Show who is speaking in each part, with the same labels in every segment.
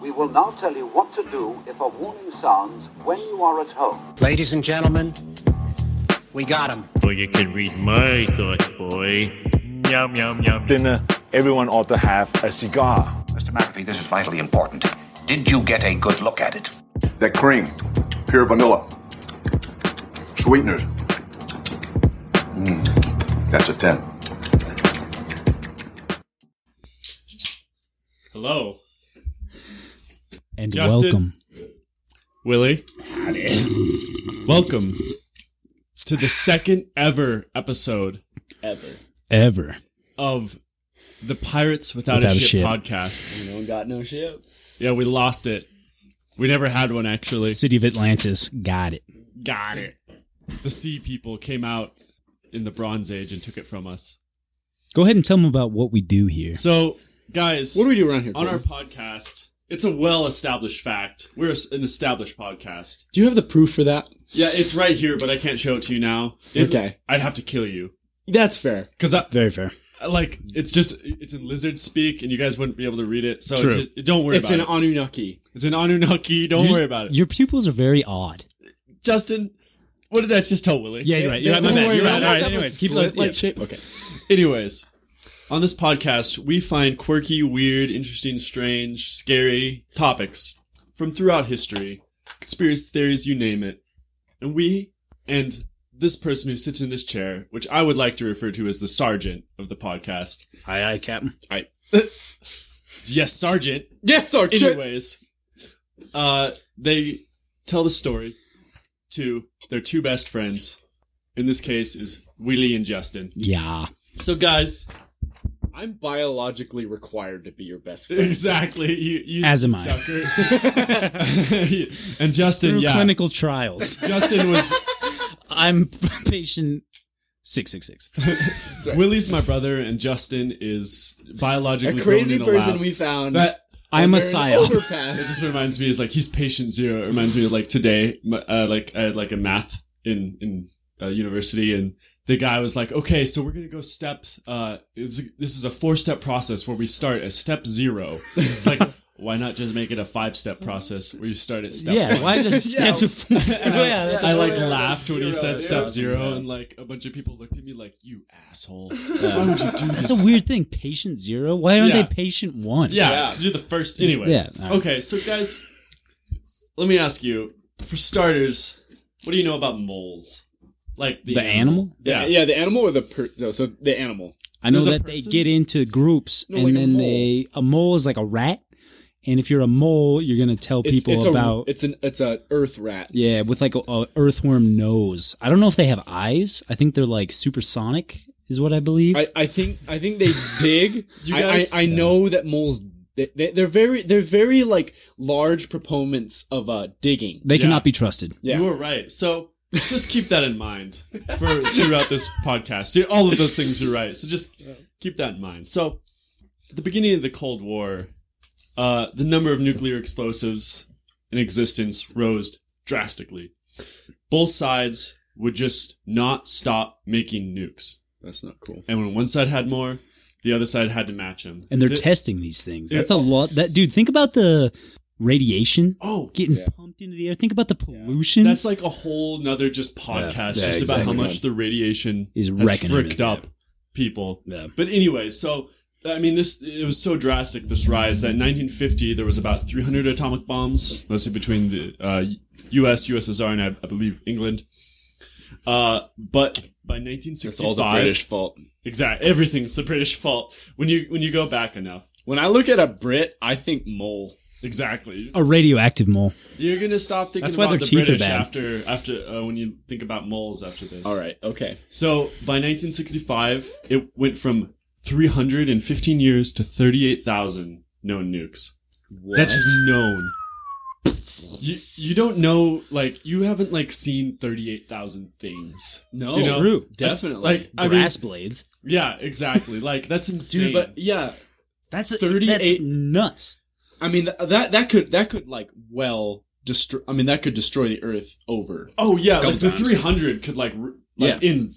Speaker 1: We will now tell you what to do if a warning sounds when you are at home.
Speaker 2: Ladies and gentlemen, we got him.
Speaker 3: Well, you can read my thoughts, boy. Yum, yum, yum.
Speaker 4: dinner, everyone ought to have a cigar.
Speaker 5: Mr. McAfee, this is vitally important. Did you get a good look at it?
Speaker 6: That cream, pure vanilla, sweeteners. Mm, that's a 10.
Speaker 7: Hello,
Speaker 8: And
Speaker 7: Justin.
Speaker 8: welcome.
Speaker 7: Willie. Welcome to the second ever episode
Speaker 9: ever.
Speaker 8: Ever.
Speaker 7: of the Pirates Without,
Speaker 8: Without
Speaker 7: a, Ship podcast.
Speaker 9: No one got no ship.
Speaker 7: Yeah, we lost it. We never had one actually.
Speaker 8: City of Atlantis. Got it.
Speaker 7: Got it. The sea people came out in the Bronze Age and took it from us.
Speaker 8: Go ahead and tell them about what we do here.
Speaker 7: So, guys,
Speaker 9: What do we do around here?
Speaker 7: on our
Speaker 9: Gordon?
Speaker 7: podcast? It's a well-established fact. We're an established podcast.
Speaker 9: do you have the proof for that?
Speaker 7: Yeah, it's right here, but I can't show it to you now. It-
Speaker 9: Okay.
Speaker 7: I'd have to kill you
Speaker 9: That's fair.
Speaker 7: because I,
Speaker 8: Very fair.
Speaker 7: like it's just it's in lizard speak and you guys wouldn't be able to read it so
Speaker 8: True.
Speaker 7: it's just, don't worry
Speaker 9: It's
Speaker 7: about
Speaker 9: an
Speaker 7: it
Speaker 9: Anunnaki.
Speaker 7: it's an anunnaki don't
Speaker 8: You-
Speaker 7: worry about it
Speaker 8: Your pupils are very odd.
Speaker 7: justin what did i just tell willie
Speaker 8: Yeah, you're right. You're right. My
Speaker 9: Don't
Speaker 8: bad.
Speaker 9: worry
Speaker 8: You're
Speaker 9: about
Speaker 8: right.
Speaker 9: it.
Speaker 8: All right.
Speaker 9: Let's have a
Speaker 8: Anyways, keep
Speaker 9: slit
Speaker 8: let's-
Speaker 9: like
Speaker 8: yeah.
Speaker 9: shape. Okay.
Speaker 7: anyways on this podcast we find quirky weird interesting strange scary topics from throughout history conspiracy theories you name it and we and this person who sits in this chair which i would like to refer to as the sergeant of the podcast
Speaker 8: Aye, aye, Captain.
Speaker 7: yes sergeant
Speaker 9: Yes, sir. Anyway.
Speaker 7: Anyways, uh, they tell the story to their two best friends. In this case, is Willie and Justin.
Speaker 8: Yeah.
Speaker 7: So, guys,
Speaker 9: I'm biologically required to be your best friend.
Speaker 7: exactly you, you
Speaker 8: As am I.
Speaker 7: sucker. and Justin,
Speaker 8: Through
Speaker 7: yeah,
Speaker 8: clinical trials,
Speaker 7: Justin was
Speaker 8: I'm patient six six six.
Speaker 7: Willie's my brother, and Justin is
Speaker 9: A
Speaker 7: biologically
Speaker 9: crazy
Speaker 7: grown in a
Speaker 9: person
Speaker 7: lab.
Speaker 9: we found.
Speaker 7: that
Speaker 8: I'm a
Speaker 9: under an
Speaker 8: psyop.
Speaker 7: It
Speaker 9: Overpass.
Speaker 7: just reminds me is like he's patient zero. It reminds me of like today, m- uh, like I had like a math in in uh, university, and the guy was like, "Okay, so we're gonna go step. Uh, it's, this is a four step process where we start at step zero. It's like why not just make it a five step process where you start at step
Speaker 8: Yeah.
Speaker 7: one?
Speaker 8: Why is it step to four? Yeah. that-
Speaker 7: I like
Speaker 9: Yeah.
Speaker 7: laughed when he
Speaker 9: Zero,
Speaker 7: said
Speaker 9: yeah.
Speaker 7: step zero, and like a bunch of people looked at me like, "You asshole! Why would you do this?"
Speaker 8: That's a weird thing. Patient zero. Why aren't
Speaker 7: Yeah.
Speaker 8: they patient one?
Speaker 7: Yeah, 'cause you're the first. Anyways.
Speaker 8: Yeah, alright.
Speaker 7: Okay, so guys, let me ask you for starters, what do you know about moles? Like the,
Speaker 8: The animal?
Speaker 7: Yeah.
Speaker 9: yeah, the animal or the per- no, so the animal.
Speaker 8: I know
Speaker 7: There's a
Speaker 8: that they
Speaker 7: person-
Speaker 8: get into groups
Speaker 9: No,
Speaker 8: and
Speaker 9: like a
Speaker 8: then
Speaker 9: mole.
Speaker 8: they a mole is like a rat, and if you're a mole, you're gonna tell
Speaker 9: It's,
Speaker 8: people
Speaker 9: it's
Speaker 8: about
Speaker 9: a, it's an it's a earth rat.
Speaker 8: yeah with like a, a earthworm nose. I don't know if they have eyes. I think they're like supersonic, is what I believe.
Speaker 9: I, I think I think they dig.
Speaker 7: You
Speaker 9: I-
Speaker 7: guys-
Speaker 9: I, I, know that moles they, they, they're very they're very like large proponents of uh digging.
Speaker 8: they
Speaker 7: Yeah.
Speaker 8: cannot be trusted.
Speaker 9: Yeah.
Speaker 7: You were right. So just keep that in mind for throughout this podcast. You- All of those things are right. So just keep that in mind. So at the beginning of the Cold War, uh, the number of nuclear explosives in existence rose drastically. Both sides would just not stop making nukes.
Speaker 9: That's not cool.
Speaker 7: and when one side had more, the other side had to match him.
Speaker 8: And they're
Speaker 7: Th-
Speaker 8: testing these things. That's a lot. That dude, think about the radiation
Speaker 7: oh,
Speaker 8: getting
Speaker 9: Yeah.
Speaker 8: pumped into the air. Think about the pollution.
Speaker 7: that's like a whole nother just podcast,
Speaker 8: Yeah,
Speaker 7: just about how
Speaker 8: exactly.
Speaker 7: much the radiation
Speaker 8: Is
Speaker 7: has
Speaker 8: wrecking
Speaker 7: fricked
Speaker 8: everything.
Speaker 7: up people.
Speaker 8: Yeah.
Speaker 7: But anyway, so I mean, this it was so drastic this rise that in 1950 there was about 300 atomic bombs, mostly between the uh, U.S., USSR, and I, I believe England. Uh, but by 1965,
Speaker 9: It's all the British fault.
Speaker 7: exactly everything's the British fault. When you when you go back enough,
Speaker 9: When I look at a Brit, I think mole.
Speaker 7: exactly.
Speaker 8: a radioactive mole.
Speaker 7: You're gonna stop thinking
Speaker 8: That's why
Speaker 7: about
Speaker 8: their
Speaker 7: the
Speaker 8: teeth are
Speaker 7: British
Speaker 8: bad.
Speaker 7: after after uh, when you think about moles after this.
Speaker 9: All right, okay.
Speaker 7: So by 1965, it went from 315 years to 38,000 known nukes. That's just known. You you don't know like you haven't like seen 38,000 things.
Speaker 9: No,
Speaker 7: You know?
Speaker 8: true.
Speaker 7: Oh, That's-
Speaker 9: Definitely.
Speaker 7: Like I mean,
Speaker 8: Grass blades.
Speaker 7: yeah, exactly. Like that's insane.
Speaker 9: Dude, but yeah,
Speaker 8: That's
Speaker 9: 38
Speaker 8: That's nuts.
Speaker 9: I mean th- that that could that could like well destroy. I mean that could destroy the Earth over.
Speaker 7: oh yeah, like the
Speaker 9: Couple times.
Speaker 7: 300 could like, r- like
Speaker 8: Yeah.
Speaker 7: in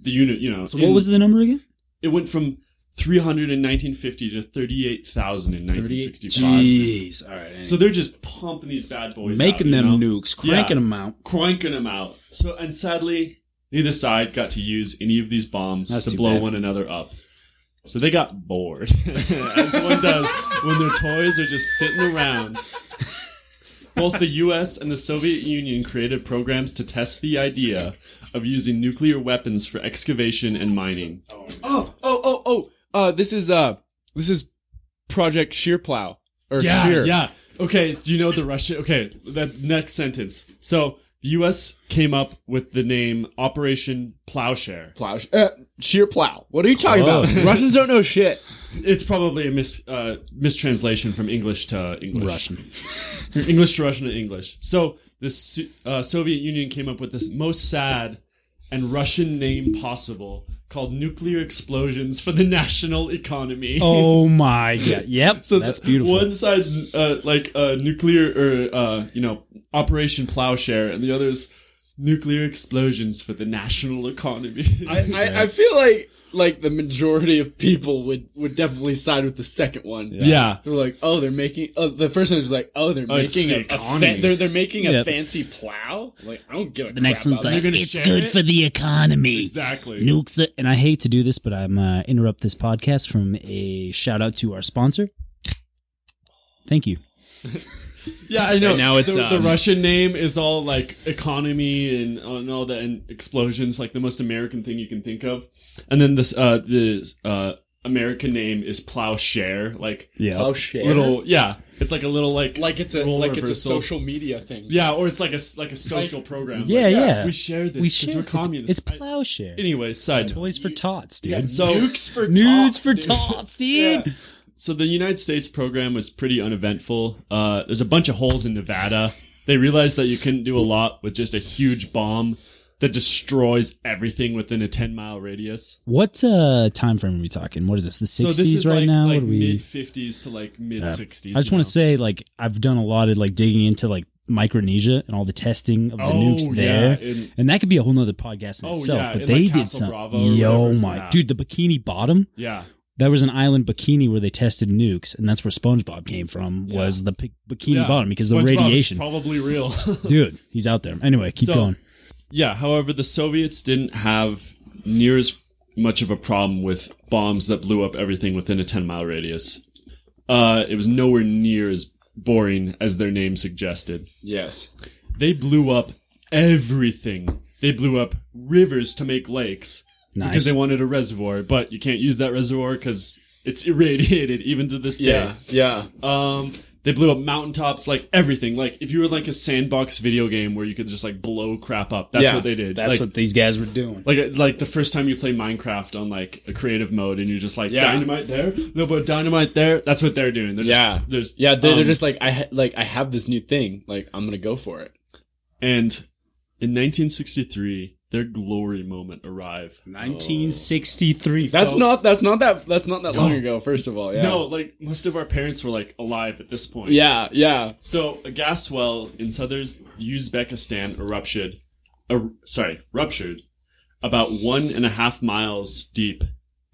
Speaker 7: the unit, you know.
Speaker 8: So
Speaker 7: in-
Speaker 8: what was the number again?
Speaker 7: it went from 300 in 1950 to 38,000 in 1965.
Speaker 8: Jeez. All right.
Speaker 7: So they're just pumping these bad boys,
Speaker 8: making
Speaker 7: out,
Speaker 8: them
Speaker 7: you know?
Speaker 8: nukes, cranking
Speaker 7: Yeah.
Speaker 8: them out.
Speaker 7: cranking them out. So and sadly, neither side got to use any of these bombs
Speaker 8: That's
Speaker 7: to
Speaker 8: too
Speaker 7: blow
Speaker 8: bad.
Speaker 7: one another up. So they got bored, as one does when their toys are just sitting around. Both the U.S. and the Soviet Union created programs to test the idea of using nuclear weapons for excavation and mining.
Speaker 9: Oh, oh, oh, oh. Uh, this is uh, this is Project Shearplow or
Speaker 7: yeah,
Speaker 9: Shear.
Speaker 7: Yeah. Okay. so do you know the Russian? Okay. That next sentence. So the U.S. came up with the name Operation Plowshare.
Speaker 9: Plow. Uh, sheer plow. What are you talking
Speaker 8: Close.
Speaker 9: about? Russians don't know shit.
Speaker 7: It's probably a mis uh, mistranslation from English to English.
Speaker 8: Russian.
Speaker 7: From English to Russian to English. So the So- uh, Soviet Union came up with this most sad and Russian name possible called Nuclear Explosions for the National Economy.
Speaker 8: Oh my god. Yep.
Speaker 7: So
Speaker 8: that's
Speaker 7: th-
Speaker 8: beautiful.
Speaker 7: One side's uh, like uh, nuclear or uh, you know Operation Plowshare, and the other's nuclear explosions for the national economy.
Speaker 9: I, I, I feel like like the majority of people would would definitely side with the second one.
Speaker 7: yeah.
Speaker 9: They're like, oh, they're making. Oh, the first one was like, oh, they're
Speaker 7: it's
Speaker 9: making
Speaker 7: the
Speaker 9: a, a
Speaker 7: economy.
Speaker 9: fa- they're they're making a
Speaker 8: Yep.
Speaker 9: fancy plow. Like, I don't give a
Speaker 8: the next one's like,
Speaker 7: gonna
Speaker 8: it's
Speaker 7: share
Speaker 8: good
Speaker 7: it?"
Speaker 8: for the economy.
Speaker 7: Exactly.
Speaker 8: Nuke the. And I hate to do this, but I'm uh, interrupt this podcast from a shout out to our sponsor. Thank you.
Speaker 7: Yeah, I know.
Speaker 9: And now it's,
Speaker 7: the, the
Speaker 9: um,
Speaker 7: Russian name is all like economy and, and all that, and explosions, like the most American thing you can think of. And then this uh, the uh, American name is plowshare, like
Speaker 9: plow share.
Speaker 7: little yeah. It's like a little like
Speaker 9: like it's a
Speaker 7: role
Speaker 9: like it's a
Speaker 7: reversal.
Speaker 9: social media thing.
Speaker 7: yeah, or it's like a s- like a social program.
Speaker 8: Yeah,
Speaker 7: Like,
Speaker 8: yeah.
Speaker 7: we share this.
Speaker 8: We
Speaker 7: because
Speaker 8: share.
Speaker 7: We're communists.
Speaker 8: It's, it's
Speaker 7: I-
Speaker 8: plowshare.
Speaker 7: anyway, side note.
Speaker 8: Toys for tots, dude.
Speaker 9: Yeah,
Speaker 7: So-
Speaker 9: nukes for
Speaker 8: Nudes
Speaker 9: tots,
Speaker 8: for
Speaker 9: dude.
Speaker 8: tots, dude.
Speaker 7: So the United States program was pretty uneventful. Uh, there's a bunch of holes in Nevada. They realized that you couldn't do a lot with just a huge bomb that destroys everything within a 10 mile radius.
Speaker 8: What uh, time frame are we talking? What is this? The
Speaker 7: so
Speaker 8: sixties
Speaker 7: this is
Speaker 8: right
Speaker 7: like,
Speaker 8: now?
Speaker 7: like
Speaker 8: What are we?
Speaker 7: mid 50s to like mid 60s.
Speaker 8: I just want to say, like, I've done a lot of like digging into like Micronesia and all the testing of the
Speaker 7: Oh,
Speaker 8: nukes there,
Speaker 7: yeah, and-
Speaker 8: and that could be a whole nother podcast in
Speaker 7: Oh,
Speaker 8: itself.
Speaker 7: yeah,
Speaker 8: but
Speaker 7: and,
Speaker 8: they
Speaker 7: like,
Speaker 8: did
Speaker 7: Castle
Speaker 8: some.
Speaker 7: Bravo or
Speaker 8: Yo,
Speaker 7: whatever.
Speaker 8: my
Speaker 7: Yeah.
Speaker 8: dude, the Bikini Bottom.
Speaker 7: Yeah.
Speaker 8: There was an island Bikini where they tested nukes, and that's where SpongeBob came from. Was the pi- Bikini
Speaker 7: yeah.
Speaker 8: Bottom because
Speaker 7: SpongeBob's
Speaker 8: the radiation?
Speaker 7: Probably real.
Speaker 8: dude, he's out there. Anyway, keep
Speaker 7: So-
Speaker 8: going.
Speaker 7: Yeah, however, the Soviets didn't have near as much of a problem with bombs that blew up everything within a 10 mile radius. Uh, it was nowhere near as boring as their name suggested.
Speaker 9: Yes.
Speaker 7: They blew up everything. They blew up rivers to make lakes because
Speaker 8: Nice.
Speaker 7: they wanted a reservoir, but you can't use that reservoir because it's irradiated even to this day.
Speaker 9: Yeah. Yeah.
Speaker 7: Um, they blew up mountaintops, like everything. Like if you were like a sandbox video game where you could just like blow crap up, that's
Speaker 9: Yeah,
Speaker 7: what they did.
Speaker 8: That's
Speaker 7: Like,
Speaker 8: what these guys were doing.
Speaker 7: like like the first time you play Minecraft on like a creative mode and you're just like
Speaker 9: Yeah.
Speaker 7: dynamite there, no but dynamite there. That's what they're doing. They're just,
Speaker 9: Yeah.
Speaker 7: there's
Speaker 9: Yeah, they're, they're
Speaker 7: um,
Speaker 9: just like I ha- like I have this new thing. Like I'm gonna go for it.
Speaker 7: and in 1963 their glory moment arrived.
Speaker 8: 1963.
Speaker 9: That's
Speaker 8: folks.
Speaker 9: not that's not that that's not that long ago. First of all, yeah.
Speaker 7: No, like most of our parents were like alive at this point.
Speaker 9: Yeah. Yeah.
Speaker 7: So a gas well in southern Uzbekistan erupted, er, sorry, ruptured about one and a half miles deep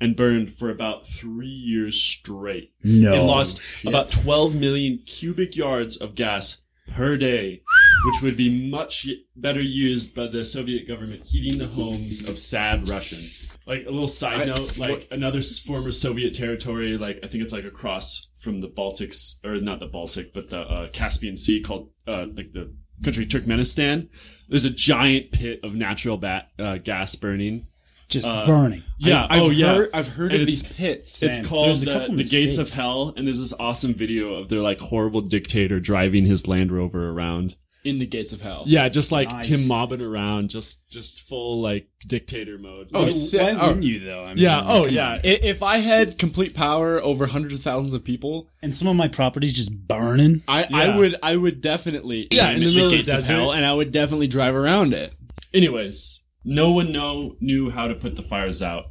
Speaker 7: and burned for about three years straight.
Speaker 8: No.
Speaker 7: It lost about 12 million cubic yards of gas per day, which would be much y- better used by the Soviet government heating the homes of sad Russians. Like a little side note, like another s- former Soviet territory, like I think it's like across from the Baltics, or not the Baltic, but the uh, Caspian Sea called, uh, like the country Turkmenistan. There's a giant pit of natural bat, uh, gas burning.
Speaker 8: just burning.
Speaker 7: Uh, Yeah.
Speaker 9: I've
Speaker 7: oh, yeah.
Speaker 9: Heard, I've heard
Speaker 7: And
Speaker 9: of
Speaker 7: it's-
Speaker 9: these pits.
Speaker 7: It's
Speaker 8: Same.
Speaker 7: called
Speaker 8: There's a
Speaker 7: the,
Speaker 8: couple
Speaker 7: the Gates
Speaker 8: mistakes.
Speaker 7: of Hell, and there's this awesome video of their like horrible dictator driving his Land Rover around.
Speaker 9: in the gates of hell.
Speaker 7: Yeah, just like
Speaker 8: Nice.
Speaker 7: him mobbing around, just just full like dictator mode.
Speaker 9: Oh,
Speaker 7: Like,
Speaker 9: sick. Oh.
Speaker 8: you though? I mean,
Speaker 7: yeah.
Speaker 8: come
Speaker 7: Oh,
Speaker 8: on.
Speaker 7: yeah.
Speaker 9: I- If I had complete power over hundreds of thousands of people,
Speaker 8: And some of my properties just burning.
Speaker 9: I,
Speaker 7: Yeah.
Speaker 9: I would I would definitely
Speaker 7: Yeah,
Speaker 9: I'm
Speaker 7: in the middle of the
Speaker 9: gates of
Speaker 7: desert.
Speaker 9: hell, and I would definitely drive around it.
Speaker 7: Anyways, no one know knew how to put the fires out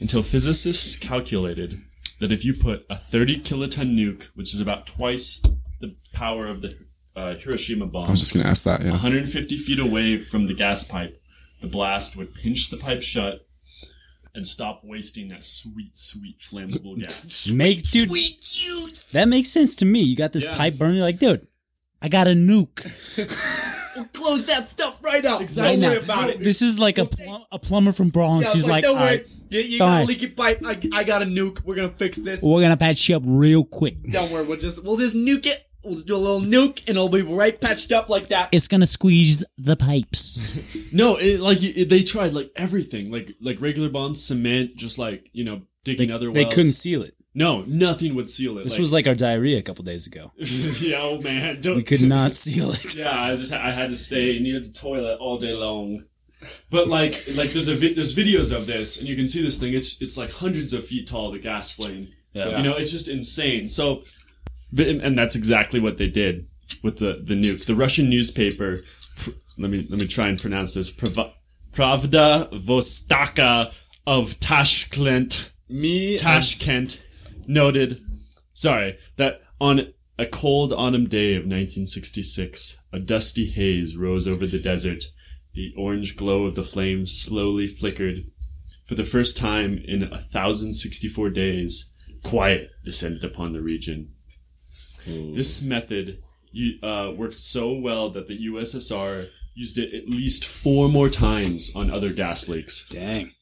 Speaker 7: until physicists calculated that if you put a 30 kiloton nuke, which is about twice the power of the uh, Hiroshima bomb,
Speaker 10: gonna ask that. Yeah.
Speaker 7: 150 feet away from the gas pipe, the blast would pinch the pipe shut, and stop wasting that sweet, sweet flammable gas.
Speaker 8: Make dude. That makes sense to me. You got this
Speaker 7: Yeah.
Speaker 8: pipe burning, you're like, dude, I got a nuke.
Speaker 9: Close that stuff right up.
Speaker 8: Right
Speaker 9: Exactly.
Speaker 8: now.
Speaker 9: Don't worry about it.
Speaker 8: This is like a, plum- a plumber from Bronx.
Speaker 9: I was
Speaker 8: She's like,
Speaker 9: don't
Speaker 8: all
Speaker 9: worry.
Speaker 8: right,
Speaker 9: You, you got
Speaker 8: fine.
Speaker 9: a leaky pipe. I, I got a nuke. We're gonna fix this.
Speaker 8: we're gonna patch you up real quick.
Speaker 9: Don't worry. We'll just we'll just nuke it. We'll just do a little nuke, and it'll be right patched up like that.
Speaker 8: It's gonna squeeze the pipes.
Speaker 7: No, it, like it, they tried like everything, like like regular bombs, cement, just like you know digging other wells.
Speaker 8: seal it.
Speaker 7: No, nothing would seal it.
Speaker 8: This was like our diarrhea a couple days ago.
Speaker 7: yeah, oh man, don't,
Speaker 8: We could not seal it.
Speaker 7: Yeah, I just I had to stay near the toilet all day long. But like like there's a vi- there's videos of this, and you can see this thing. It's it's like hundreds of feet tall. The gas flame.
Speaker 8: Yeah.
Speaker 7: You know, it's just insane. So, but- and that's exactly what they did with the the nuke. The Russian newspaper. pr- Let me let me try and pronounce this. Prava- Pravda Vostaka of Tashkent.
Speaker 9: Me,
Speaker 7: Tashkent noted, sorry, that on a cold autumn day of 1966, a dusty haze rose over the desert. The orange glow of the flames slowly flickered. For the first time in 1,064 days, quiet descended upon the region. This method you- uh, worked so well that the USSR used it at least four more times on other gas leaks.
Speaker 8: Dang.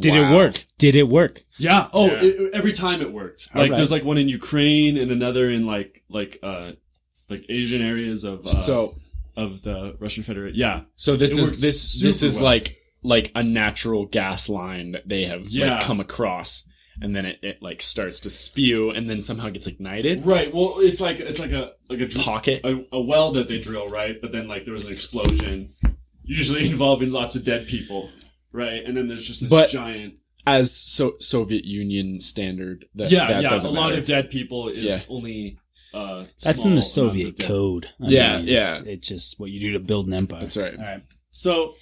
Speaker 8: Did it work? Did it work?
Speaker 7: Yeah. Oh, It, every time it worked. Like
Speaker 8: right.
Speaker 7: there's like one in Ukraine and another in like like uh like Asian areas of uh,
Speaker 9: so
Speaker 7: of the Russian Federation. Yeah.
Speaker 9: so this
Speaker 7: It
Speaker 9: is
Speaker 7: works
Speaker 9: this this
Speaker 7: super
Speaker 9: is
Speaker 7: well.
Speaker 9: like like a natural gas line that they have
Speaker 7: Yeah.
Speaker 9: like, come across, and then it, it like starts to spew, and then somehow gets ignited.
Speaker 7: Right. Well, it's like it's like a like a dr-
Speaker 9: Pocket.
Speaker 7: a, a well that they drill, right? But then like there was an explosion, usually involving lots of dead people, right? And then there's just this
Speaker 9: But-
Speaker 7: giant
Speaker 9: as so Soviet Union standard. That,
Speaker 7: yeah
Speaker 9: that
Speaker 7: yeah. A
Speaker 9: doesn't
Speaker 7: lot
Speaker 9: matter.
Speaker 7: of dead people is only uh
Speaker 8: That's
Speaker 7: small
Speaker 8: in the
Speaker 7: amounts of
Speaker 8: Soviet
Speaker 7: dead-
Speaker 8: code. I
Speaker 9: Yeah,
Speaker 8: it's-
Speaker 9: yeah.
Speaker 8: It's just what you do to build an empire.
Speaker 9: That's right.
Speaker 7: So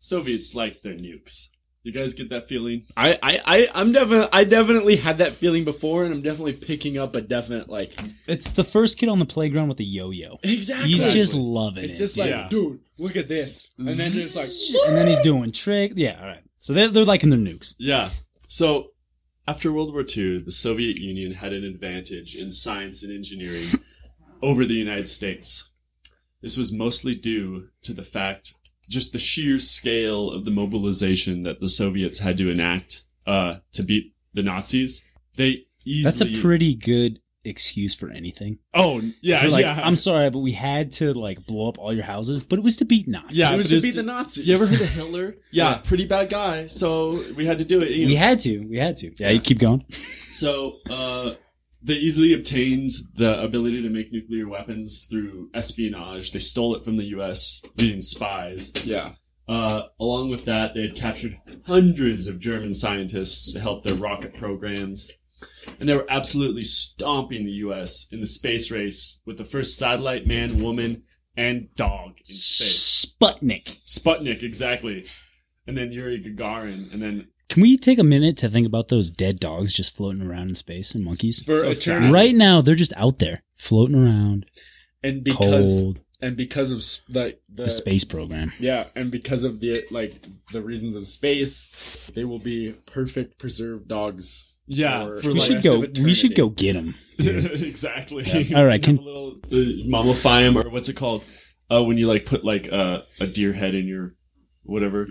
Speaker 7: Soviets like their nukes. You guys get that feeling?
Speaker 9: I, I, I, I'm definitely, I definitely had that feeling before, and I'm definitely picking up a definite like.
Speaker 8: It's the first kid on the playground with a yo-yo.
Speaker 9: Exactly.
Speaker 8: He's just loving
Speaker 9: It's
Speaker 8: it.
Speaker 9: just like,
Speaker 7: Yeah.
Speaker 9: dude, look at this, and then it's like,
Speaker 8: and then he's doing trick. Yeah, all right. So they're, they're liking their nukes.
Speaker 7: Yeah. So after World War II, the Soviet Union had an advantage in science and engineering over the United States. This was mostly due to the fact, just the sheer scale of the mobilization that the Soviets had to enact uh, to beat the Nazis. They
Speaker 8: That's
Speaker 7: easily
Speaker 8: a pretty good excuse for anything.
Speaker 7: oh yeah
Speaker 8: They're like,
Speaker 7: yeah
Speaker 8: I'm sorry, but we had to like blow up all your houses, but it was to beat Nazis.
Speaker 7: yeah
Speaker 9: it was
Speaker 7: but
Speaker 9: to
Speaker 7: it's-
Speaker 9: beat the Nazis.
Speaker 7: You ever heard of Hitler? Yeah, pretty bad guy. So we had to do it. you know.
Speaker 8: We had to. We had to. Yeah, you keep going.
Speaker 7: So uh, they easily obtained the ability to make nuclear weapons through espionage. They stole it from the U.S. using spies.
Speaker 9: yeah,
Speaker 7: Uh, along with that, they had captured hundreds of German scientists to help their rocket programs. And they were absolutely stomping the U.S. in the space race with the first satellite man, woman, and dog in space.
Speaker 8: Sputnik.
Speaker 7: Sputnik, exactly. And then Yuri Gagarin, and then
Speaker 8: Can we take a minute to think about those dead dogs just floating around in space and monkeys?
Speaker 9: for
Speaker 7: So
Speaker 9: eternity,
Speaker 7: sad.
Speaker 8: right now, they're just out there floating around,
Speaker 9: and because
Speaker 8: cold.
Speaker 9: and because of s- the the,
Speaker 7: uh,
Speaker 8: The space program.
Speaker 9: yeah, and because of the like the reasons of space, they will be perfect preserved dogs.
Speaker 7: Yeah,
Speaker 9: for
Speaker 7: for
Speaker 9: the
Speaker 8: We
Speaker 7: like-
Speaker 8: should
Speaker 9: rest of
Speaker 8: go. We should
Speaker 9: eternity.
Speaker 8: go get them.
Speaker 7: exactly.
Speaker 8: All right, can-
Speaker 7: a little uh, mummify 'em, or what's it called? Uh, when you like put like uh, a deer head in your whatever.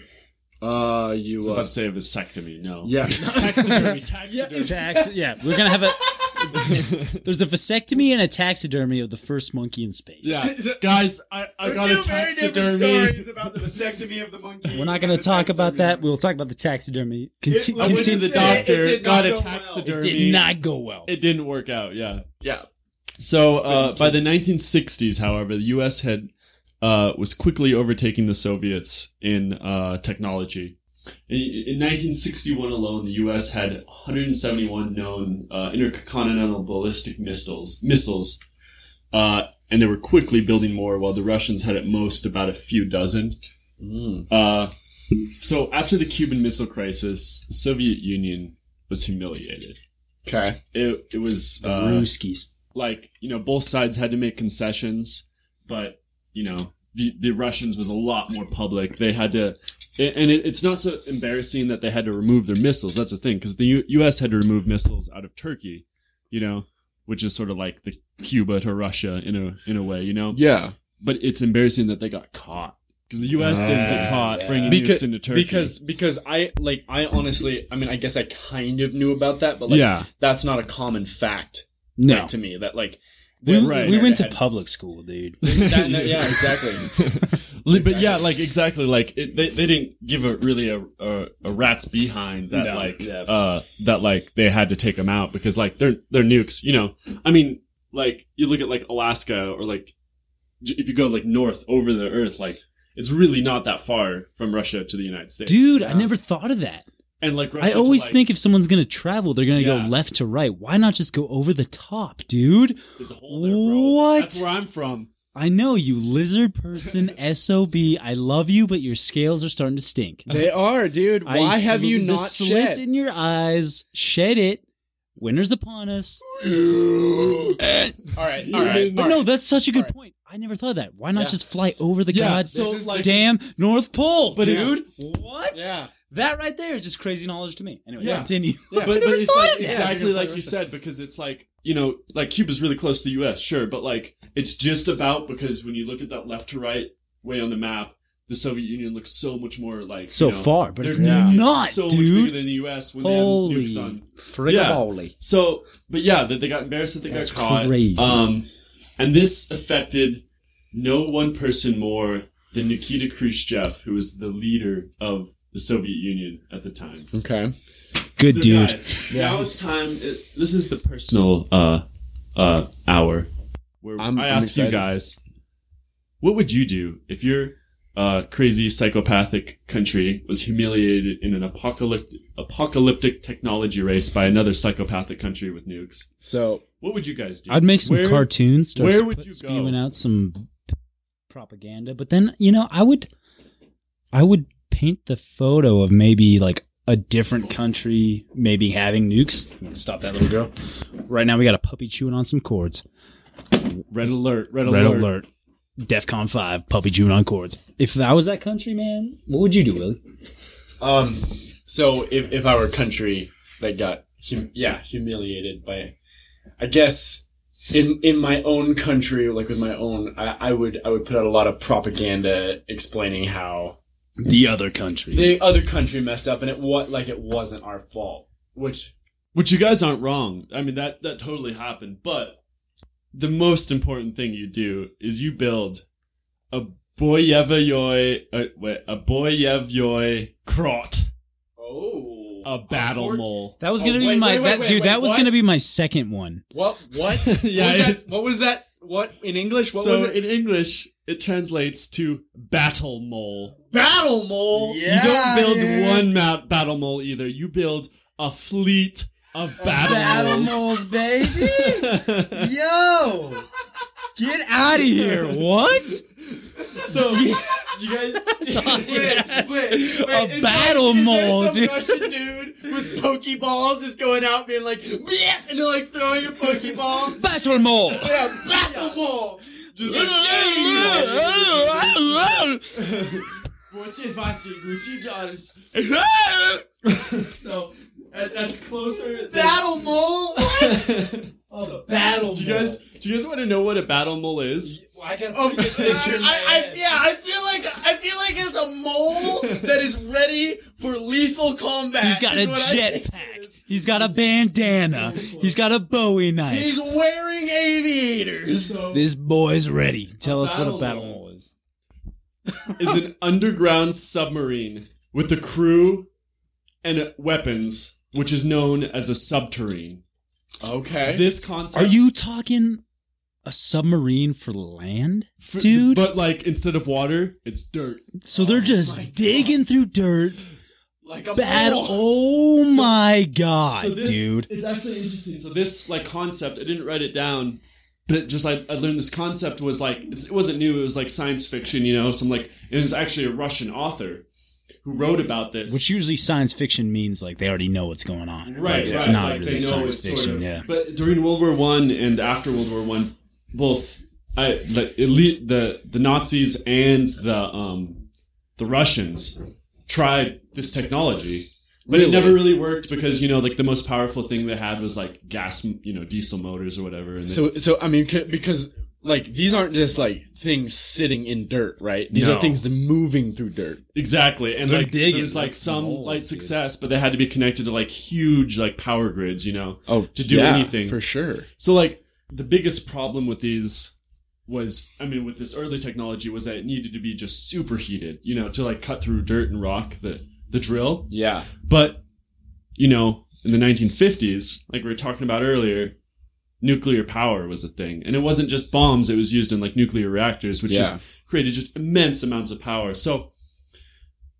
Speaker 7: I
Speaker 9: Uh, you.
Speaker 7: was about
Speaker 9: Uh,
Speaker 7: to say a vasectomy. No.
Speaker 9: yeah.
Speaker 7: Taxidermy. Taxidermy.
Speaker 8: Tax, yeah, we're gonna have a. There's a vasectomy and a taxidermy of the first monkey in space.
Speaker 7: Yeah. Guys, I, I got a taxidermy.
Speaker 9: about the vasectomy of the monkey.
Speaker 8: We're not going to talk about that. We'll talk about the taxidermy.
Speaker 9: It
Speaker 8: Conti-
Speaker 9: was-
Speaker 7: I went to
Speaker 8: continue.
Speaker 7: the
Speaker 9: It did not
Speaker 7: doctor. got
Speaker 9: go
Speaker 7: a
Speaker 9: well.
Speaker 7: taxidermy.
Speaker 8: Did not go well.
Speaker 7: It didn't work out. Yeah.
Speaker 9: Yeah.
Speaker 7: So uh, by the 1960s, however, the U.S. had uh, was quickly overtaking the Soviets in uh, technology. In, in 1961 alone, the U.S. had 171 known uh, intercontinental ballistic missiles. Missiles, uh, and they were quickly building more, while the Russians had at most about a few dozen. Uh, so after the Cuban Missile Crisis, the Soviet Union was humiliated.
Speaker 9: Okay.
Speaker 7: It, it was
Speaker 8: The
Speaker 7: uh,
Speaker 8: Ruskies.
Speaker 7: like you know both sides had to make concessions but you know the the Russians was a lot more public. They had to, and it, it's not so embarrassing that they had to remove their missiles. That's the thing because the U- U.S. had to remove missiles out of Turkey, you know, which is sort of like the Cuba to Russia in a in a way, you know.
Speaker 9: Yeah.
Speaker 7: But it's embarrassing that they got caught because the U.S. didn't get caught bringing nukes
Speaker 9: Because,
Speaker 7: into Turkey.
Speaker 9: because because I like I honestly I mean I guess I kind of knew about that but like
Speaker 7: Yeah.
Speaker 9: that's not a common fact
Speaker 8: No.
Speaker 9: like, to me that like
Speaker 8: we,
Speaker 9: that-
Speaker 8: we
Speaker 9: that
Speaker 8: went to
Speaker 9: had-
Speaker 8: public school, dude.
Speaker 9: that- that- yeah exactly
Speaker 7: Li- But yeah, like exactly, like it, they they didn't give a really a a, a rat's behind that
Speaker 9: No,
Speaker 7: like
Speaker 9: yeah.
Speaker 7: uh that like they had to take them out because like they're they're nukes, you know. I mean, like you look at like Alaska or like j- if you go like north over the Earth, like it's really not that far from Russia to the United States,
Speaker 8: Dude, I never thought of that.
Speaker 7: And like Russia
Speaker 8: I
Speaker 7: to,
Speaker 8: always
Speaker 7: like-
Speaker 8: think if someone's going to travel, they're going to
Speaker 7: Yeah.
Speaker 8: go left to right. Why not just go over the top, dude?
Speaker 7: there's a hole there, bro.
Speaker 8: What?
Speaker 7: That's where I'm from.
Speaker 8: I know you lizard person SOB. I love you, but your scales are starting to stink.
Speaker 9: they are dude
Speaker 8: I
Speaker 9: why have
Speaker 8: sl-
Speaker 9: you
Speaker 8: the
Speaker 9: not shed
Speaker 8: slits in your eyes? Shed it. Winter's upon us.
Speaker 9: all right all right
Speaker 8: But no, that's such a good point. I never thought of that. Why not just fly over the
Speaker 7: Yeah,
Speaker 8: god
Speaker 7: so This is like-
Speaker 8: damn North Pole,
Speaker 7: But it's-
Speaker 8: dude? What?
Speaker 9: Yeah.
Speaker 8: That right there is just crazy knowledge to me. Anyway,
Speaker 7: Yeah.
Speaker 8: continue.
Speaker 7: but, but it's
Speaker 8: thought
Speaker 7: like
Speaker 8: of that.
Speaker 7: exactly like you said because it's like you know like cuba's really close to the us sure but like it's just about because when you look at that left to right way on the map the soviet union looks so much more like
Speaker 8: So
Speaker 7: you know,
Speaker 8: far, but
Speaker 7: their
Speaker 8: it's
Speaker 7: nukes is
Speaker 8: not,
Speaker 7: so
Speaker 8: dude.
Speaker 7: much bigger than the us when they
Speaker 8: Holy
Speaker 7: have nukes on
Speaker 2: Frigaboli.
Speaker 7: so but yeah that they got embarrassed that they
Speaker 8: That's
Speaker 7: got caught
Speaker 8: crazy.
Speaker 7: um and this affected no one person more than nikita khrushchev who was the leader of the soviet union at the time
Speaker 9: okay
Speaker 8: Good
Speaker 7: so
Speaker 8: dude.
Speaker 7: Guys, Now it's time. It, this is the personal uh, uh, hour where
Speaker 9: I'm-
Speaker 7: I
Speaker 9: I'm
Speaker 7: ask you
Speaker 9: excited.
Speaker 7: guys, what would you do if your uh, crazy psychopathic country was humiliated in an apocalyptic apocalyptic technology race by another psychopathic country with nukes?
Speaker 9: so
Speaker 7: What would you guys do?
Speaker 8: I'd make some
Speaker 7: Where-
Speaker 8: cartoons. Start
Speaker 7: where
Speaker 8: sp-
Speaker 7: would you go?
Speaker 8: spewing out some propaganda? But then you know, I would, I would paint the photo of maybe like a different country maybe having nukes. I'm gonna Stop that little girl! Right now, we got a puppy chewing on some cords.
Speaker 7: Red alert! Red,
Speaker 8: Red
Speaker 7: alert!
Speaker 8: alert. DEFCON five. Puppy chewing on cords. If I was that country, man, what would you do, Willie?
Speaker 9: Um, so if, if our country that got hum- yeah humiliated by, I guess in in my own country, like with my own, I, I would I would put out a lot of propaganda explaining how
Speaker 8: The other country.
Speaker 9: the other country messed up and it what like it wasn't our fault, which
Speaker 7: Which you guys aren't wrong. I mean that that totally happened, but the most important thing you do is you build a boyevoyoy a, wait, a boyevoyoy krot,
Speaker 9: oh
Speaker 7: a battle mole.
Speaker 8: that was gonna
Speaker 9: Oh,
Speaker 8: be
Speaker 9: wait,
Speaker 8: my
Speaker 9: wait, wait,
Speaker 8: that,
Speaker 9: wait,
Speaker 8: dude.
Speaker 9: wait,
Speaker 8: that was
Speaker 9: what?
Speaker 8: gonna be my second one.
Speaker 9: what what
Speaker 7: Yeah,
Speaker 9: what,
Speaker 7: it's-
Speaker 9: was that, what was that what in English what
Speaker 7: so
Speaker 9: was it
Speaker 7: in English, it translates to battle mole.
Speaker 9: battle mole
Speaker 7: you don't build one map battle mole either. You build a fleet of battle moles.
Speaker 8: baby. Yo, get out of here! What?
Speaker 7: So you guys,
Speaker 9: Wait, wait, wait,
Speaker 8: A battle mole,
Speaker 9: is there
Speaker 8: dude.
Speaker 9: some Russian dude with pokeballs just going out being like, "Bleh," and they're like throwing a pokeball.
Speaker 8: Battle mole.
Speaker 9: yeah, battle mole.
Speaker 7: just like, so that- that's closer. Than,
Speaker 9: Battle mole. Oh,
Speaker 7: so,
Speaker 9: battle
Speaker 7: Do you guys do you guys want to know what a battle mole is?
Speaker 9: Of, I, I, I, yeah, I feel like I feel like it's a mole that is ready for lethal combat.
Speaker 8: He's got a
Speaker 9: is what I think it
Speaker 8: jetpack.
Speaker 9: is.
Speaker 8: He's got a bandana. He's got a Bowie knife.
Speaker 9: He's wearing aviators.
Speaker 7: So
Speaker 8: this boy's ready. Tell us what a battle mole.
Speaker 7: is. is an underground submarine with a crew and weapons, which is known as a subterrane.
Speaker 9: Okay.
Speaker 7: This concept.
Speaker 8: Are you talking a submarine for land, dude?
Speaker 7: But like instead of water, it's dirt.
Speaker 8: so they're
Speaker 7: Oh
Speaker 8: just digging through dirt.
Speaker 9: Like a
Speaker 8: Battle.
Speaker 9: mole.
Speaker 8: Oh my god,
Speaker 7: this,
Speaker 8: dude.
Speaker 7: It's actually interesting. So this like concept, I didn't write it down, but it just I, I learned this concept was like it's, it wasn't new. It was like science fiction, you know. Some like it was actually a Russian author who wrote about this.
Speaker 8: Which usually science fiction means like they already know what's going on.
Speaker 7: right,
Speaker 8: Like, It's
Speaker 7: right,
Speaker 8: not
Speaker 7: like, they
Speaker 8: really
Speaker 7: know
Speaker 8: science
Speaker 7: it's
Speaker 8: fiction.
Speaker 7: Sort of,
Speaker 8: yeah.
Speaker 7: But during World War One and after World War One, both I, the elite, the the Nazis and the um, the Russians tried this technology, but it never really worked because you know, like the most powerful thing they had was like gas, you know, diesel motors or whatever. And they-
Speaker 9: So, so I mean, c- because like these aren't just like things sitting in dirt, right? These
Speaker 7: No.
Speaker 9: are things that moving through dirt.
Speaker 7: exactly, and like
Speaker 8: digging,
Speaker 7: there was like
Speaker 8: like,
Speaker 7: some
Speaker 8: holes,
Speaker 7: light
Speaker 8: dude.
Speaker 7: success, but they had to be connected to like huge like power grids, you know,
Speaker 8: Oh,
Speaker 7: to do
Speaker 9: Oh, yeah,
Speaker 7: anything
Speaker 9: for sure.
Speaker 7: So like the biggest problem with these was I mean with this early technology was that it needed to be just superheated, you know, to like cut through dirt and rock the the drill.
Speaker 9: Yeah,
Speaker 7: But you know, in the 1950s, like we were talking about earlier, nuclear power was a thing, and it wasn't just bombs; it was used in like nuclear reactors, which
Speaker 9: Yeah.
Speaker 7: just created just immense amounts of power. So.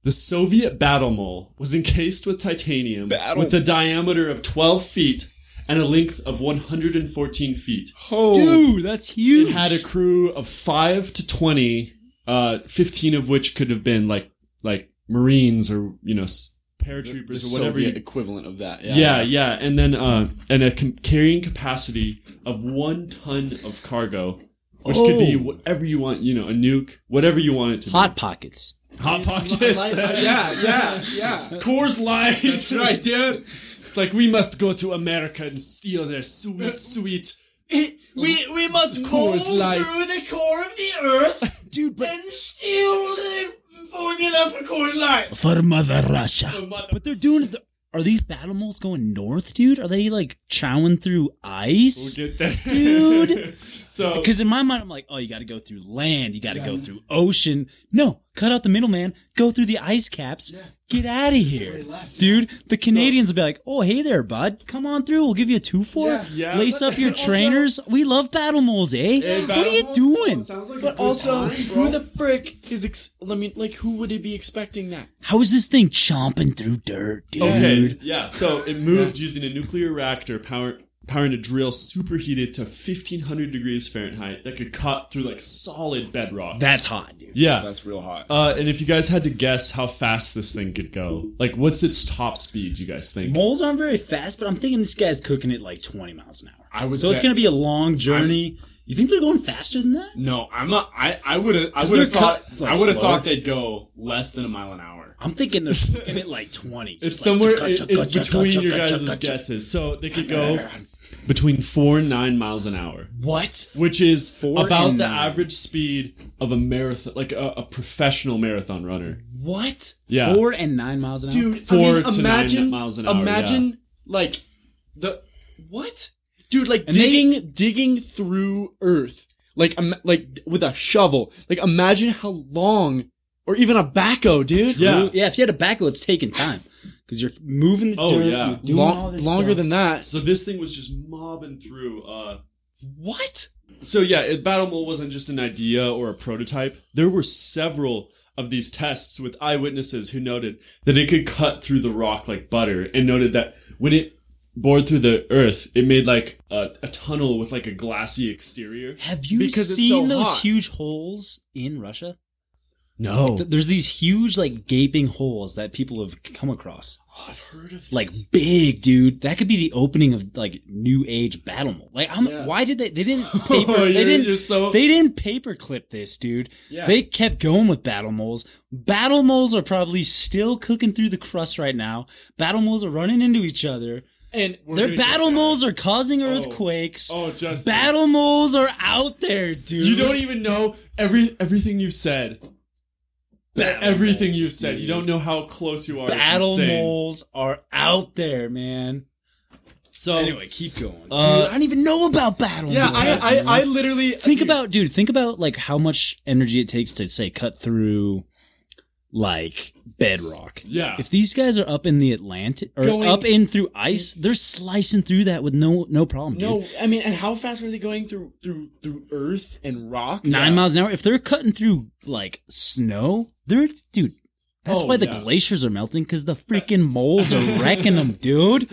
Speaker 7: The Soviet battle mole was encased with titanium with a diameter of 12 feet and a length of 114 feet.
Speaker 8: Dude, that's huge.
Speaker 7: It had a crew of 5 to 20, uh, 15 of which could have been like like Marines or, you know, s- paratroopers
Speaker 9: the
Speaker 7: or whatever
Speaker 9: Soviet
Speaker 7: you
Speaker 9: equivalent of that. Yeah,
Speaker 7: yeah, yeah, and then uh, and a com- carrying capacity of one ton of cargo, which could be
Speaker 8: Oh.
Speaker 7: whatever you want. You know, a nuke, whatever you want it to
Speaker 8: Hot pockets.
Speaker 7: be. Hot pockets,
Speaker 9: yeah, yeah, yeah.
Speaker 7: Coors Light.
Speaker 9: That's right, dude.
Speaker 7: It's like we must go to America and steal their sweet, sweet.
Speaker 9: We Eh, we must
Speaker 7: Coors mull Light. through
Speaker 9: the core of the earth, dude, and steal the formula for Coors Light.
Speaker 8: For Mother Russia. But they're doing it. Are these battle moles going north, dude? Are they like chowing through ice? Dude.
Speaker 7: so
Speaker 8: Because in my mind, I'm like, oh, you got to go through land. You got to go through ocean. No, cut out the middleman. Go through the ice caps. Get out of here, dude. The Canadians will be like, oh, hey there, bud. Come on through. We'll give you a two four.
Speaker 7: Yeah.
Speaker 8: Lace up your trainers. we love battle moles, eh? what are you doing?
Speaker 9: But also, who the frick is? Ex- I mean, like, who would it be expecting that?
Speaker 8: How is this thing chomping through dirt, dude?
Speaker 7: Okay, yeah. So it moved using a nuclear reactor power powering a drill superheated to 1500 degrees Fahrenheit that could cut through like solid bedrock.
Speaker 8: That's hot, dude.
Speaker 7: yeah.
Speaker 9: That's real hot.
Speaker 7: uh, and if you guys had to guess how fast this thing could go, like what's its top speed? You guys think?
Speaker 8: Moles aren't very fast, but I'm thinking this guy's cooking it like 20 miles an hour.
Speaker 9: I would
Speaker 8: so it's
Speaker 9: say-
Speaker 8: going to be a long journey. you think they're going faster than that?
Speaker 9: no, I'm not. I I would have. I
Speaker 8: Is
Speaker 9: would have
Speaker 8: there
Speaker 9: thought.
Speaker 8: cut- like,
Speaker 9: I would have
Speaker 8: slower?
Speaker 9: thought they'd go less than a mile an hour.
Speaker 8: I'm thinking they're cooking it like 20.
Speaker 7: It's
Speaker 8: Just like
Speaker 7: somewhere.
Speaker 8: chugga,
Speaker 7: it-
Speaker 8: chugga,
Speaker 7: It's
Speaker 8: chugga,
Speaker 7: between
Speaker 8: chugga,
Speaker 7: your
Speaker 8: chugga,
Speaker 7: guys'
Speaker 8: chugga.
Speaker 7: guesses, so they could go between four and nine miles an hour,
Speaker 8: What?
Speaker 7: which is
Speaker 8: Four
Speaker 7: about
Speaker 8: and
Speaker 7: the
Speaker 8: nine.
Speaker 7: average speed of a marathon, like a, a professional marathon runner.
Speaker 9: What,
Speaker 7: Yeah,
Speaker 8: Four and nine miles an hour?
Speaker 9: dude?
Speaker 7: Four
Speaker 9: I mean,
Speaker 7: to nine
Speaker 9: imagine,
Speaker 7: miles an hour,
Speaker 9: Imagine like the what, dude? Like
Speaker 8: And they-
Speaker 9: digging digging through earth, like um, like with a shovel. Like imagine how long, or even a backhoe, dude.
Speaker 7: yeah.
Speaker 8: Yeah, if you had a backhoe, it's taking time. Because you're moving the
Speaker 7: Oh,
Speaker 8: dirt.
Speaker 7: yeah.
Speaker 8: you're doing all
Speaker 9: Long,
Speaker 8: this
Speaker 9: longer
Speaker 8: stuff.
Speaker 9: than that.
Speaker 7: So this thing was just mobbing through. Uh,
Speaker 9: what?
Speaker 7: so yeah, it, Battle Mole wasn't just an idea or a prototype. There were several of these tests with eyewitnesses who noted that it could cut through the rock like butter, and noted that when it bored through the earth, it made like a, a tunnel with like a glassy exterior.
Speaker 8: Have you
Speaker 9: Because it's
Speaker 8: seen
Speaker 9: so
Speaker 8: those
Speaker 9: hot.
Speaker 8: huge holes in Russia?
Speaker 7: No,
Speaker 8: Th- There's these huge, like, gaping holes that people have come across.
Speaker 9: I've heard of
Speaker 8: like big dude that could be the opening of like new age battle mode like i'm why did they they didn't paper,
Speaker 7: Oh,
Speaker 8: they
Speaker 7: you're-
Speaker 8: didn't
Speaker 7: you're so-
Speaker 8: they didn't paperclip this dude they kept going with battle moles battle moles are probably still cooking through the crust right now battle moles are running into each other
Speaker 9: and we're
Speaker 8: their
Speaker 9: gonna-
Speaker 8: battle moles are causing earthquakes
Speaker 7: Oh, Justin.
Speaker 8: battle moles are out there dude
Speaker 7: You don't even know every everything you've said. everything you've said, you don't know how close you are. It's
Speaker 8: battle
Speaker 7: insane.
Speaker 8: moles are out there man
Speaker 7: So
Speaker 8: anyway keep going
Speaker 7: Uh,
Speaker 8: dude, i don't even know about battle
Speaker 9: Yeah,
Speaker 8: moles.
Speaker 9: I, I, I literally
Speaker 8: think
Speaker 9: dude,
Speaker 8: about dude think about like how much energy it takes to say cut through like bedrock
Speaker 7: Yeah.
Speaker 8: if these guys are up in the atlantic or
Speaker 9: Going-
Speaker 8: up in through ice they're slicing through that with no no problem
Speaker 9: No,
Speaker 8: dude.
Speaker 9: I mean, and how fast were they going through through through earth and rock?
Speaker 8: nine
Speaker 9: Yeah.
Speaker 8: miles an hour if they're cutting through like snow they're dude that's
Speaker 7: Oh,
Speaker 8: why the
Speaker 7: yeah.
Speaker 8: glaciers are melting because the freaking moles are wrecking them dude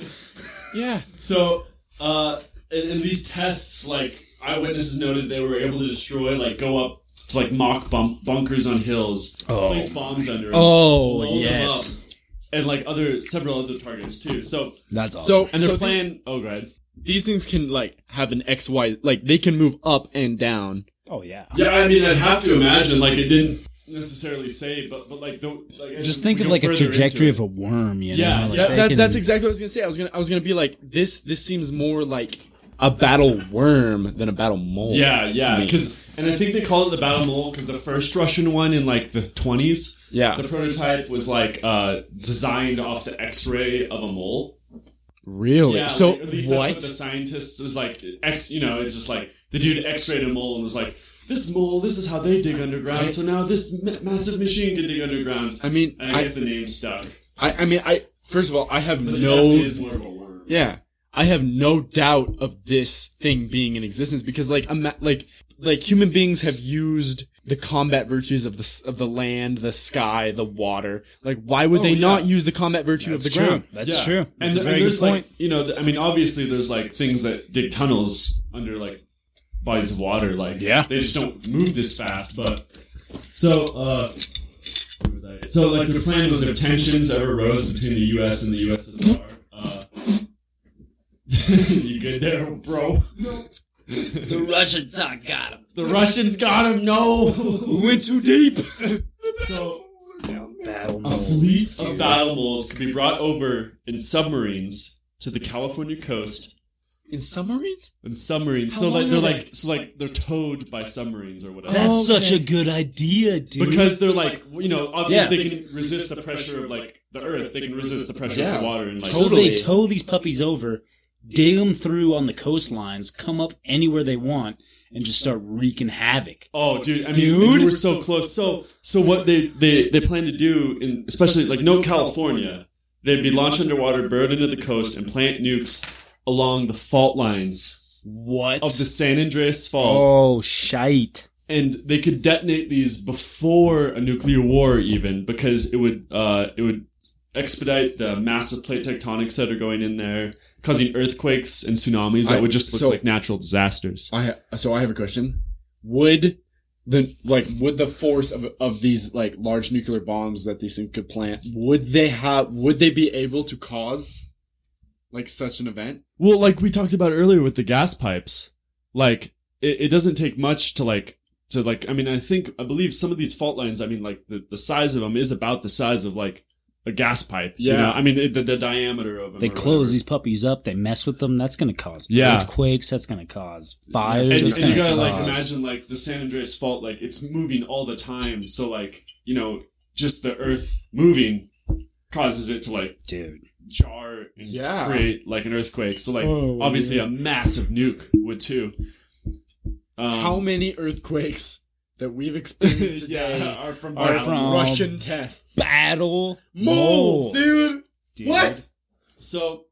Speaker 9: Yeah,
Speaker 7: So, uh, in, in these tests, like eyewitnesses noted, they were able to destroy, like, go up to like mock bump bunkers on hills, place bombs under, 'em,
Speaker 8: Oh,
Speaker 7: blow them
Speaker 8: yes.
Speaker 7: up, and like other several other targets too. So,
Speaker 8: that's awesome
Speaker 9: So
Speaker 7: and their
Speaker 9: so
Speaker 7: plan. oh, go ahead.
Speaker 9: these things can like have an X Y like they can move up and down.
Speaker 8: Oh yeah.
Speaker 7: Yeah, I mean, I'd have to imagine. Like, it didn't necessarily say, but but like the like, as
Speaker 8: Just
Speaker 7: we
Speaker 8: think of
Speaker 7: go
Speaker 8: like a
Speaker 7: further into
Speaker 8: trajectory
Speaker 7: it-
Speaker 8: of a worm, you know?
Speaker 7: Yeah,
Speaker 8: like
Speaker 7: yeah,
Speaker 8: they
Speaker 9: that,
Speaker 8: can-
Speaker 9: that's exactly what I was gonna say. I was gonna I was gonna be like this. This seems more like a battle worm than a battle mole.
Speaker 7: Yeah, yeah, because and I think they call it the battle mole because the first Russian one in like the twenties,
Speaker 9: Yeah.
Speaker 7: the prototype was like uh designed off the X-ray of a mole.
Speaker 9: really.
Speaker 7: Yeah,
Speaker 9: so
Speaker 7: like, at least that's what
Speaker 9: what?
Speaker 7: the scientist was like. X, you know, it's just like the dude X-rayed a mole and was like, "This mole, this is how they dig underground." So now this ma- massive machine can dig underground.
Speaker 9: I mean,
Speaker 7: and I
Speaker 9: I-
Speaker 7: guess the name stuck.
Speaker 9: I, I mean, I first of all, I have
Speaker 7: But it
Speaker 9: no
Speaker 7: definitely is more of a worm.
Speaker 9: Yeah, I have no doubt of this thing being in existence because, like, I'm like, like human beings have used the combat virtues of the s- of the land, the sky, the water. Like, why
Speaker 7: Oh,
Speaker 9: would they not use the combat virtue of the
Speaker 8: true.
Speaker 9: ground?
Speaker 8: That's
Speaker 7: Yeah.
Speaker 8: true. That's
Speaker 7: and,
Speaker 8: a
Speaker 7: and
Speaker 8: very
Speaker 7: there's
Speaker 8: good point.
Speaker 7: like you know, th- I mean, obviously there's like things that dig tunnels under like bodies of water. Like
Speaker 8: Yeah.
Speaker 7: they just don't move this fast. But so uh, what was I- so like their plan was if tensions ever rose between the U.S. and the USSR. Uh, you good there, bro?
Speaker 8: the Russians I got him.
Speaker 7: The Russians got him. No,
Speaker 9: We went too deep.
Speaker 7: so
Speaker 8: Battle
Speaker 7: a fleet of battle moles could be brought over in submarines to the California coast
Speaker 9: in submarines?
Speaker 7: and submarines. so
Speaker 9: long
Speaker 7: like they're
Speaker 9: are they?
Speaker 7: like so like they're towed by submarines or whatever.
Speaker 8: That's
Speaker 9: Oh, Okay.
Speaker 8: such a good idea, dude.
Speaker 7: Because they're like you know obviously
Speaker 8: Yeah.
Speaker 7: they can resist the pressure of like the earth. They can resist the pressure of
Speaker 9: Yeah.
Speaker 7: the water and like
Speaker 8: so
Speaker 9: Totally.
Speaker 8: they tow these puppies over, dig them through on the coastlines, come up anywhere they want, and just start wreaking havoc.
Speaker 7: Oh, dude! I mean,
Speaker 8: Dude.
Speaker 7: we were so close. So, so what they they they plan to do in especially like no California, they'd be launched underwater, burrowed into the coast, and plant nukes along the fault lines
Speaker 9: What?
Speaker 7: of the San Andreas Fault.
Speaker 8: Oh, shite.
Speaker 7: and they could detonate these before a nuclear war even because it would uh, it would expedite the massive plate tectonics that are going in there causing earthquakes and tsunamis that
Speaker 9: I-
Speaker 7: would just look
Speaker 9: so-
Speaker 7: like natural disasters
Speaker 9: I ha- so I have a question. Would the like would the force of of these like large nuclear bombs that these things could plant would they have would they be able to cause like such an event?
Speaker 7: well like we talked about earlier with the gas pipes like it, it doesn't take much to like to like i mean i think i believe some of these fault lines i mean like the, the size of them is about the size of like a gas pipe you
Speaker 9: Yeah.
Speaker 7: know? i mean it, the, the diameter of them
Speaker 8: They
Speaker 7: or
Speaker 8: close
Speaker 7: whatever.
Speaker 8: these puppies up. They mess with them. That's going to cause
Speaker 7: Yeah.
Speaker 8: earthquakes. That's going to cause fires.
Speaker 7: and,
Speaker 8: that's
Speaker 7: and
Speaker 8: going
Speaker 7: you
Speaker 8: to
Speaker 7: gotta
Speaker 8: cause.
Speaker 7: like imagine like the San Andreas fault, like it's moving all the time. So like you know, just the Earth moving causes it to like
Speaker 8: Dude.
Speaker 7: jar and
Speaker 9: Yeah.
Speaker 7: create like an earthquake. So like
Speaker 8: Oh,
Speaker 7: obviously a massive nuke would too. Um,
Speaker 9: How many earthquakes that we've experienced today
Speaker 7: yeah, are from,
Speaker 9: are
Speaker 7: Brown.
Speaker 8: from-
Speaker 9: Russian tests?
Speaker 8: Battle
Speaker 9: Moles, dude.
Speaker 8: dude.
Speaker 9: What?
Speaker 7: So,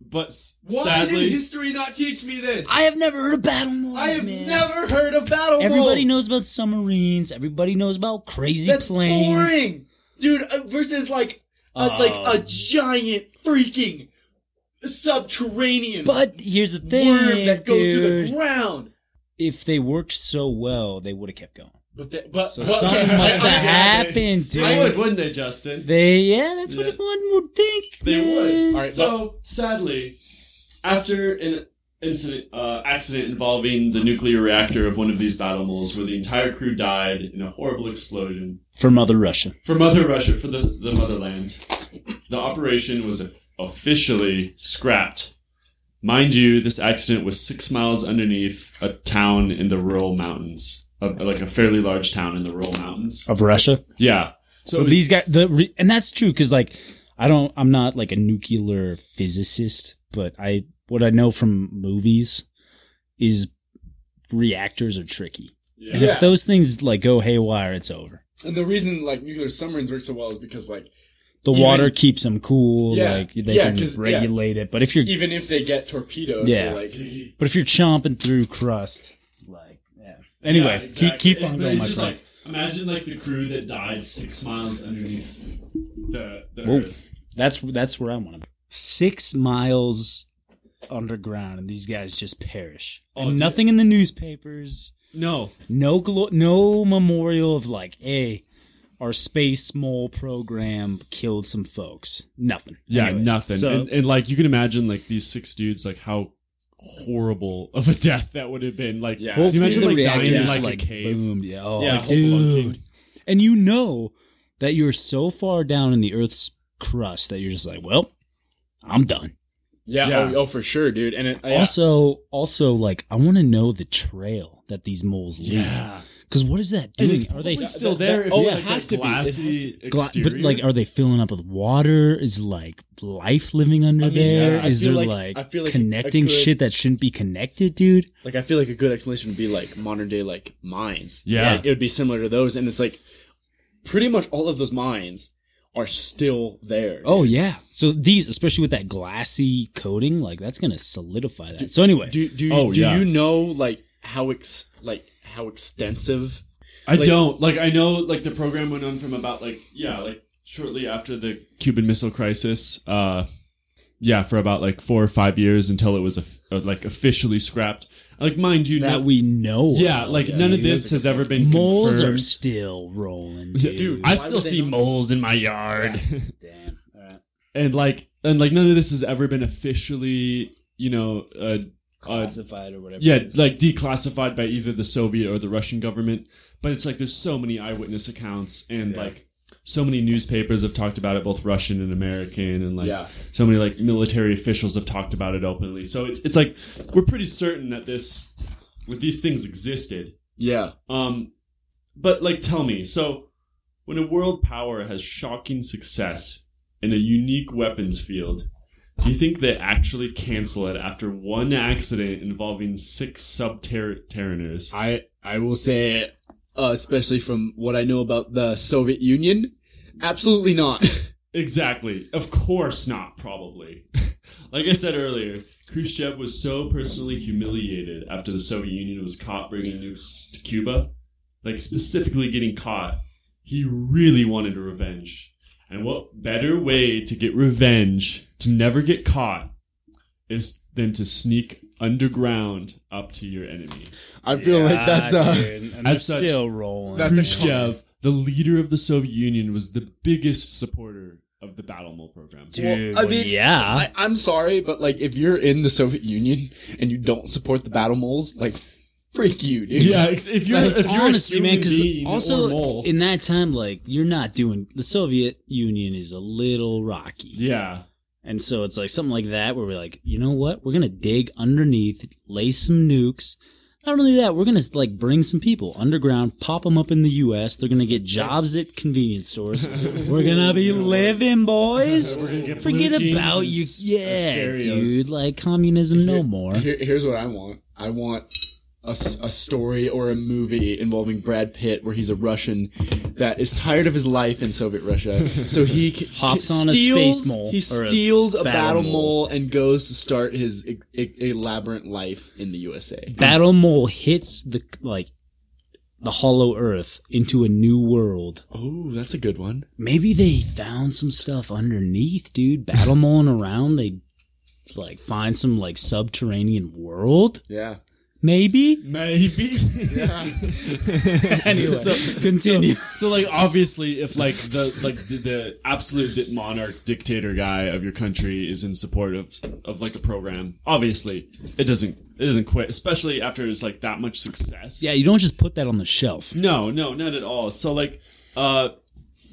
Speaker 7: but s-
Speaker 9: Why
Speaker 7: sadly,
Speaker 9: did history not teach me this?
Speaker 8: I have never heard of battle moles.
Speaker 9: I have
Speaker 8: man.
Speaker 9: never heard of battle
Speaker 8: Everybody
Speaker 9: moles.
Speaker 8: knows about submarines. Everybody knows about crazy
Speaker 9: That's
Speaker 8: planes.
Speaker 9: boring, dude. uh, Versus like a, like a giant freaking subterranean
Speaker 8: But here's the thing,
Speaker 9: worm that goes through
Speaker 8: dude.
Speaker 9: the ground.
Speaker 8: if they worked so well, they would have kept going.
Speaker 9: But the, but
Speaker 8: So
Speaker 9: but-
Speaker 8: something must
Speaker 9: I- I-
Speaker 8: have happened, dude.
Speaker 7: they would, wouldn't they, Justin?
Speaker 8: They, yeah, that's
Speaker 7: Yeah.
Speaker 8: what one would think.
Speaker 7: They
Speaker 8: man.
Speaker 7: would.
Speaker 9: All right,
Speaker 7: so sadly, after an incident, uh, accident involving the nuclear reactor of one of these battle moles, where the entire crew died in a horrible explosion
Speaker 8: For Mother Russia.
Speaker 7: for Mother Russia, for the, the motherland, the operation was officially scrapped. Mind you, this accident was six miles underneath a town in the rural mountains, a, like a fairly large town in the rural mountains.
Speaker 8: Of Russia.
Speaker 7: Yeah.
Speaker 8: So, these guys, the re- and that's true because like I don't, I'm not like a nuclear physicist, but I what I know from movies is reactors are tricky, and
Speaker 7: Yeah.
Speaker 8: if those things like go haywire, it's over.
Speaker 9: And the reason like nuclear submarines work so well is because like
Speaker 8: The
Speaker 9: Even-
Speaker 8: water keeps them cool,
Speaker 9: Yeah,
Speaker 8: like they
Speaker 9: yeah,
Speaker 8: can
Speaker 9: 'cause- yeah.
Speaker 8: regulate it. But if you're
Speaker 9: even if they get torpedoed,
Speaker 8: Yeah.
Speaker 9: yeah. Like,
Speaker 8: but if you're chomping through crust, like yeah. Anyway,
Speaker 7: Yeah, exactly.
Speaker 8: keep keep
Speaker 7: It-
Speaker 8: on
Speaker 7: but
Speaker 8: going,
Speaker 7: it's
Speaker 8: my
Speaker 7: just
Speaker 8: friend.
Speaker 7: like, imagine like the crew that died six miles underneath the, the
Speaker 8: Whoa.
Speaker 7: earth.
Speaker 8: That's that's where I want to. be. Six miles underground, and these guys just perish. and
Speaker 7: Oh, dude.
Speaker 8: nothing in the newspapers.
Speaker 7: No,
Speaker 8: No glo- no memorial of like, hey, our space mole program killed some folks. Nothing.
Speaker 7: yeah,
Speaker 8: Anyways,
Speaker 7: nothing.
Speaker 8: So
Speaker 7: and, and like you can imagine, like these six dudes, like how horrible of a death that would have been. Like,
Speaker 9: Yeah.
Speaker 7: can you imagine
Speaker 8: The
Speaker 7: like
Speaker 8: reactor
Speaker 7: dying in
Speaker 8: just,
Speaker 7: like, a cave?
Speaker 8: boomed. Yeah, oh,
Speaker 7: Yeah,
Speaker 8: like,
Speaker 7: spelunking.
Speaker 8: dude. And you know that you're so far down in the Earth's crust that you're just like, well, I'm done.
Speaker 9: Yeah,
Speaker 7: Yeah.
Speaker 9: Oh, oh, for sure, dude. And it, yeah.
Speaker 8: Also, also, like, I want to know the trail that these moles leave.
Speaker 7: Yeah.
Speaker 8: Because what is that
Speaker 7: And
Speaker 8: doing?
Speaker 7: it's
Speaker 8: Are they
Speaker 7: probably still
Speaker 9: that-
Speaker 7: there?
Speaker 9: that-
Speaker 7: if
Speaker 9: oh,
Speaker 7: it's
Speaker 9: it
Speaker 7: like
Speaker 9: has
Speaker 7: that
Speaker 9: to be. It has to
Speaker 7: glassy
Speaker 8: gla- but
Speaker 7: exterior.
Speaker 8: like, are they filling up with water? Is like life living under
Speaker 9: I mean,
Speaker 8: there?
Speaker 9: yeah, I
Speaker 8: Is
Speaker 9: feel
Speaker 8: there
Speaker 9: like-
Speaker 8: like,
Speaker 9: I feel like a- a
Speaker 8: connecting
Speaker 9: good-
Speaker 8: shit that shouldn't be connected, dude?
Speaker 9: like I feel like a good explanation would be like modern day like mines.
Speaker 7: Yeah.
Speaker 9: Like, it would be similar to those, and it's like pretty much all of those mines are still there.
Speaker 8: Oh yeah. So these, especially with that glassy coating, like that's gonna solidify that. so anyway,
Speaker 9: Do do
Speaker 7: Oh,
Speaker 9: do
Speaker 7: yeah.
Speaker 9: you know like how ex like how extensive?
Speaker 7: I
Speaker 9: Like-
Speaker 7: don't like. I know like the program went on from about like yeah like shortly after the Cuban Missile Crisis. Uh, yeah, for about like four or five years until it was of- uh, like officially scrapped. Like mind you,
Speaker 8: that
Speaker 7: no-
Speaker 8: we know.
Speaker 7: yeah,
Speaker 8: of,
Speaker 7: like
Speaker 8: dude.
Speaker 7: none of this has ever been
Speaker 8: Moles
Speaker 7: confirmed.
Speaker 8: are still rolling,
Speaker 7: Yeah,
Speaker 8: dude.
Speaker 7: dude, I still Uh, see moles in my yard,
Speaker 8: Damn. All right.
Speaker 7: and like and like none of this has ever been officially you know uh, uh,
Speaker 8: Classified or whatever.
Speaker 7: Yeah, like declassified by either the Soviet or the Russian government. But it's like there's so many eyewitness accounts and like so many newspapers have talked about it, both Russian and American, and like
Speaker 9: Yeah.
Speaker 7: so many like military officials have talked about it openly. So it's it's like we're pretty certain that this that these things existed.
Speaker 9: Yeah.
Speaker 7: Um, but like, tell me, so when a world power has shocking success in a unique weapons field, do you think they actually cancel it after one accident involving six subterraners?
Speaker 9: I I will say, uh, especially from what I know about the Soviet Union, absolutely not.
Speaker 7: Exactly. Of course not, probably. like I said earlier, Khrushchev was so personally humiliated after the Soviet Union was caught bringing nukes to Cuba, like specifically getting caught, he really wanted revenge. And what better way to get revenge to never get caught is than to sneak underground up to your enemy.
Speaker 9: I feel like that's
Speaker 8: Ah,
Speaker 9: uh
Speaker 8: dude, and
Speaker 7: as
Speaker 8: they're
Speaker 7: such-
Speaker 8: still rolling.
Speaker 9: That's a
Speaker 7: Khrushchev, the leader of the Soviet Union, was the biggest supporter of the Battle Mole program.
Speaker 8: dude.
Speaker 9: I
Speaker 8: well,
Speaker 9: mean,
Speaker 8: yeah.
Speaker 9: I, I'm sorry, but like if you're in the Soviet Union and you don't support the battle moles, like freak you, dude.
Speaker 7: Yeah, ex- if you're
Speaker 9: Like,
Speaker 7: if you're
Speaker 8: Honestly,
Speaker 7: a
Speaker 8: man,
Speaker 7: human
Speaker 8: because
Speaker 7: being or
Speaker 8: also
Speaker 7: mole,
Speaker 8: in that time, like you're not doing the Soviet Union is a little rocky.
Speaker 7: yeah,
Speaker 8: And so it's like something like that where we're like, you know what? We're gonna dig underneath, lay some nukes. Not only that, we're gonna like bring some people underground, pop them up in the U.S. They're gonna get jobs at convenience stores. we're gonna be living, boys.
Speaker 7: get blue
Speaker 8: Forget
Speaker 7: jeans
Speaker 8: about
Speaker 7: and
Speaker 8: you,
Speaker 7: s-
Speaker 8: yeah,
Speaker 7: stereos.
Speaker 8: dude. Like communism, no more.
Speaker 9: Here, here's what I want. I want a, s- a story or a movie involving Brad Pitt where he's a Russian that is tired of his life in Soviet Russia, so he c-
Speaker 8: Hops
Speaker 9: c-
Speaker 8: on a
Speaker 9: steals-
Speaker 8: space mole
Speaker 9: He
Speaker 8: or a
Speaker 9: steals a
Speaker 8: battle
Speaker 9: battle
Speaker 8: mole.
Speaker 9: mole and goes to start his e- e- elaborate life in the USA.
Speaker 8: Battle Mole hits the like the Hollow Earth into a new world.
Speaker 9: Oh, that's a good one.
Speaker 8: Maybe they found some stuff underneath, dude. Battle mulling around, they like find some like subterranean world,
Speaker 9: Yeah.
Speaker 8: maybe.
Speaker 7: maybe.
Speaker 8: Anyway, continue.
Speaker 7: so like obviously, if like the like the, the absolute di- monarch dictator guy of your country is in support of of like a program, obviously it doesn't it doesn't quit, especially after it's like that much success.
Speaker 8: yeah, you don't just put that on the shelf.
Speaker 7: No, no, not at all. So like, uh,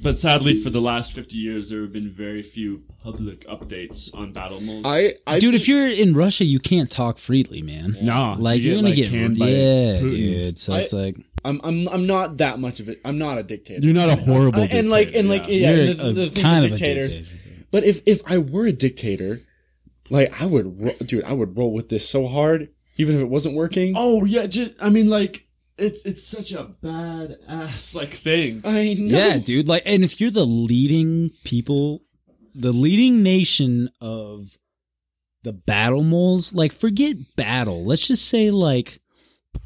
Speaker 7: but sadly for the last fifty years, there have been very few public updates on battle moles.
Speaker 9: I, I
Speaker 8: Dude, if you're in Russia, you can't talk freely, man.
Speaker 7: No,
Speaker 8: like
Speaker 7: you
Speaker 8: you are
Speaker 7: get,
Speaker 8: gonna
Speaker 7: like,
Speaker 8: get
Speaker 7: canned by
Speaker 8: yeah,
Speaker 7: Putin.
Speaker 8: dude. So it's like
Speaker 9: I'm, I'm I'm not that much of it. I'm not a dictator.
Speaker 7: You're not a horrible
Speaker 9: I- Uh, and like and like yeah,
Speaker 8: You're
Speaker 9: the,
Speaker 8: a-
Speaker 9: the
Speaker 8: a
Speaker 9: thing
Speaker 8: kind
Speaker 9: with
Speaker 8: of a
Speaker 9: dictators.
Speaker 8: dictator.
Speaker 9: But if if I were a dictator, like I would, ro- dude, I would roll with this so hard, even if it wasn't working.
Speaker 7: Oh yeah, just, I mean like it's it's such a bad ass like thing.
Speaker 9: I know.
Speaker 8: yeah, dude. Like, and if you're the leading people, the leading nation of the battle moles, like, forget battle. Let's just say like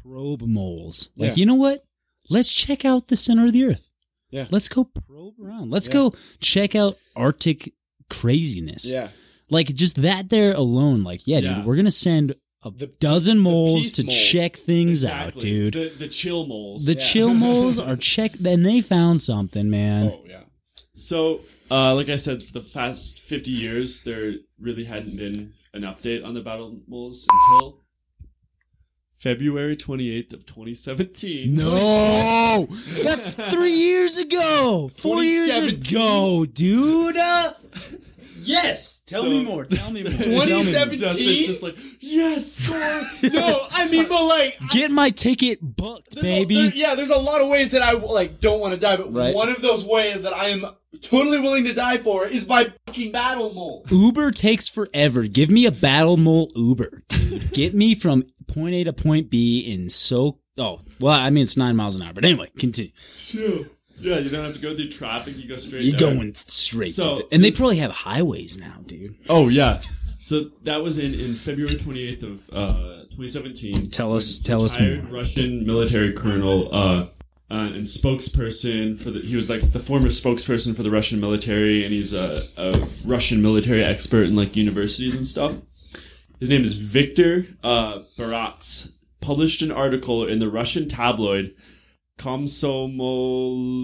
Speaker 8: probe moles. Like,
Speaker 9: Yeah.
Speaker 8: you know what? Let's check out the center of the earth.
Speaker 9: Yeah.
Speaker 8: Let's go probe around. Let's go check out Arctic craziness.
Speaker 9: yeah.
Speaker 8: Like just that there alone. Like, yeah,
Speaker 7: Yeah.
Speaker 8: dude, we're gonna send a
Speaker 9: The-
Speaker 8: dozen moles
Speaker 9: peace
Speaker 8: to
Speaker 9: moles.
Speaker 8: check things out,
Speaker 7: Exactly.
Speaker 8: dude.
Speaker 7: The, the chill moles.
Speaker 8: The chill moles are checked, and they found something, man.
Speaker 9: Oh yeah.
Speaker 7: so uh, like I said, for the past fifty years, there really hadn't been an update on the battle moles until February 28th of 2017.
Speaker 8: No, that's three years ago. Four years
Speaker 7: 2017.
Speaker 8: ago, dude. Uh, yes. Tell
Speaker 7: So-
Speaker 8: me more. Tell me more. Tell me more.
Speaker 9: 2017?
Speaker 7: Justin's just like, yes, score.
Speaker 9: No, I mean, but like,
Speaker 8: Get my ticket booked,
Speaker 9: there's a-
Speaker 8: baby.
Speaker 9: there- yeah, there's a lot of ways that I like don't want to die, but
Speaker 8: Right.
Speaker 9: one of those ways that I am totally willing to die for is by fucking battle mole.
Speaker 8: Uber takes forever. Give me a battle mole Uber, dude. Get me from point A to point B in so. Oh, well, I mean, it's nine miles an hour, but anyway, continue.
Speaker 7: yeah, you don't have to go through traffic. You go straight.
Speaker 8: You're
Speaker 7: down.
Speaker 8: going straight.
Speaker 7: So-
Speaker 8: to the- and they probably have highways now, dude.
Speaker 7: Oh yeah. So that was in, in February 28th of uh, 2017.
Speaker 8: Tell us, tell us
Speaker 7: Retired
Speaker 8: more.
Speaker 7: Russian military colonel uh, uh, and spokesperson for the. He was like the former spokesperson for the Russian military, and he's a, a Russian military expert in like universities and stuff. His name is Victor uh, Barats. Published an article in the Russian tabloid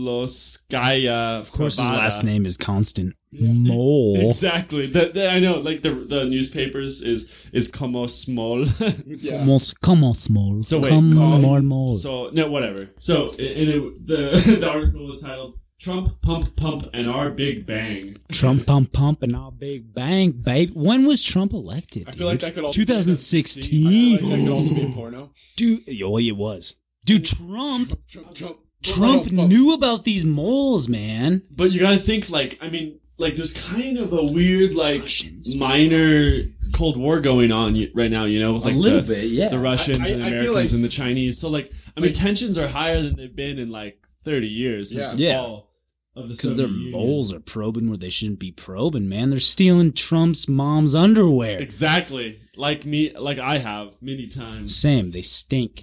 Speaker 7: Komsomolskaya.
Speaker 8: Of course, his last name is Constant Mole.
Speaker 7: Exactly. The, the- I know, like the the newspapers is is como small.
Speaker 8: Mole, come on, small.
Speaker 7: so wait,
Speaker 8: come
Speaker 7: com-
Speaker 8: on, mole.
Speaker 7: So no, whatever. So and it, the the article was titled "Trump Pump Pump and Our Big Bang."
Speaker 8: Trump, pump, pump, and all big bang, babe. When was Trump elected?
Speaker 9: I feel like
Speaker 8: dude?
Speaker 9: that could also
Speaker 8: 2016.
Speaker 9: Be, I feel like that could also be a porno.
Speaker 8: dude, oh, it was. Dude, Trump
Speaker 9: Trump, Trump,
Speaker 8: Trump knew about these moles, man.
Speaker 7: But you gotta think like I mean like there's kind of a weird like minor Cold War going on y- right now. You know, with like
Speaker 8: little
Speaker 7: the-
Speaker 8: bit, yeah.
Speaker 7: the Russians
Speaker 9: I- I-
Speaker 7: and
Speaker 9: I feel like-
Speaker 7: Americans and the Chinese. So like I mean tensions are higher than they've been in like 30 years since
Speaker 9: Yeah.
Speaker 7: the
Speaker 8: Yeah.
Speaker 7: fall of the
Speaker 8: Because
Speaker 7: Soviet
Speaker 8: their
Speaker 7: Union.
Speaker 8: moles are probing where they shouldn't be probing, man. They're stealing Trump's mom's underwear.
Speaker 7: Exactly. Like me, like I have many times.
Speaker 8: Same, they stink.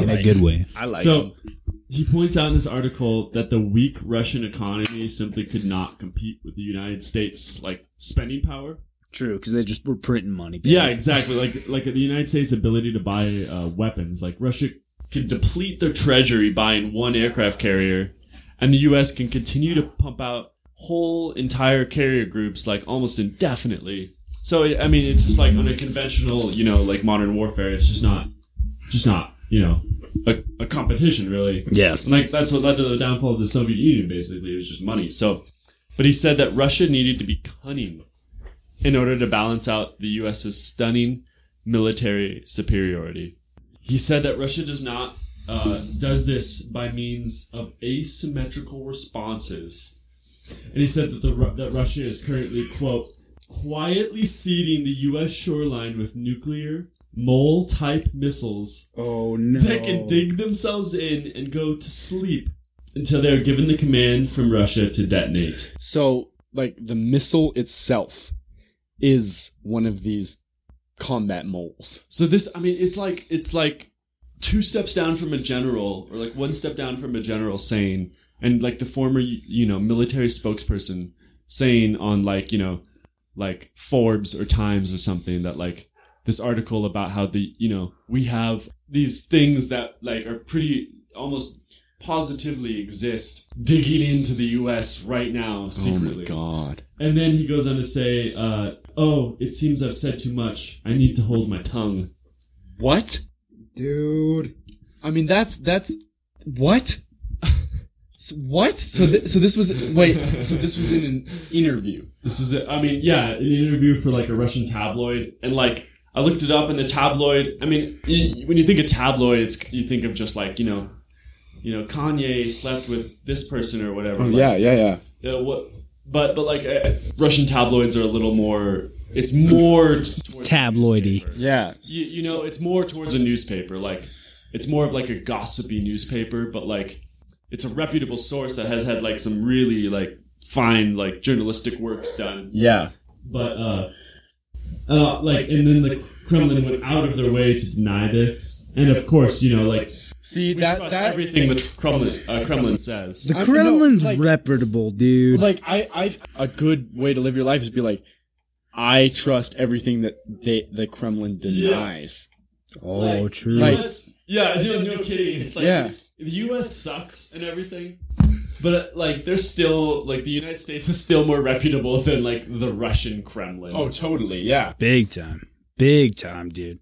Speaker 8: In a good way.
Speaker 9: I like
Speaker 7: So he points out in this article that the weak Russian economy simply could not compete with the United States like spending power.
Speaker 8: True, because they just were printing money.
Speaker 7: Yeah, exactly. Like like the United States' ability to buy uh, weapons. Like Russia could deplete their treasury buying one aircraft carrier, and the U.S. can continue to pump out whole entire carrier groups like almost indefinitely. So I I mean, it's just like on a conventional, you know, like modern warfare. It's just not, just not, you know, a, a competition really.
Speaker 8: Yeah.
Speaker 7: And like that's what led to the downfall of the Soviet Union. Basically, it was just money. So, but he said that Russia needed to be cunning in order to balance out the U.S.'s stunning military superiority. He said that Russia does not uh, does this by means of asymmetrical responses, and he said that the Ru- that Russia is currently quote quietly seeding the U.S. shoreline with nuclear mole type missiles
Speaker 8: Oh, no.
Speaker 7: they can dig themselves in and go to sleep until they are given the command from Russia to detonate.
Speaker 9: So, like, the missile itself is one of these combat moles.
Speaker 7: So this, I mean, it's like it's like two steps down from a general, or like one step down from a general saying, and like the former, you know, military spokesperson saying on like you know, like Forbes or Times or something that like this article about how the you know we have these things that like are pretty almost positively exist digging into the U.S. right now
Speaker 8: Oh,
Speaker 7: secretly.
Speaker 9: God.
Speaker 7: And then he goes on to say, uh, "Oh, it seems I've said too much. I need to hold my tongue."
Speaker 9: What?
Speaker 8: Dude.
Speaker 9: I mean, that's, that's, what? S- what? So, th- so this was, wait, so this was in an interview.
Speaker 7: This is, I mean, yeah, an interview for like a Russian tabloid, and like I looked it up, and the tabloid. I mean, y when you think of tabloid, it's you think of just like you know, you know, Kanye slept with this person or whatever. like,
Speaker 9: Oh, yeah, yeah.
Speaker 7: uh, what? But but like uh, Russian tabloids are a little more. It's more t- towards
Speaker 8: Tabloidy.
Speaker 9: Yeah.
Speaker 7: you, you know, it's more towards a newspaper. Like, it's more of like a gossipy newspaper, but like, it's a reputable source that has had like some really like fine like journalistic works done.
Speaker 9: Yeah.
Speaker 7: But uh, uh like, and then the Kremlin went out of their way to deny this, and of course, you know, like
Speaker 9: See,
Speaker 7: we
Speaker 9: that,
Speaker 7: trust
Speaker 9: that,
Speaker 7: everything the Kremlin uh, Kremlin says.
Speaker 8: The
Speaker 9: I- no,
Speaker 8: Kremlin's
Speaker 9: like-
Speaker 8: reputable, dude.
Speaker 9: like I, I a good way to live your life is be like I trust everything that they the Kremlin denies.
Speaker 8: oh, true.
Speaker 9: like-
Speaker 7: US, yeah, dude, no kidding. It's like
Speaker 9: Yeah.
Speaker 7: the U.S. sucks and everything, but uh, like they're still like the United States is still more reputable than like the Russian Kremlin.
Speaker 9: Oh, totally. Yeah.
Speaker 8: Big time. Big time, dude.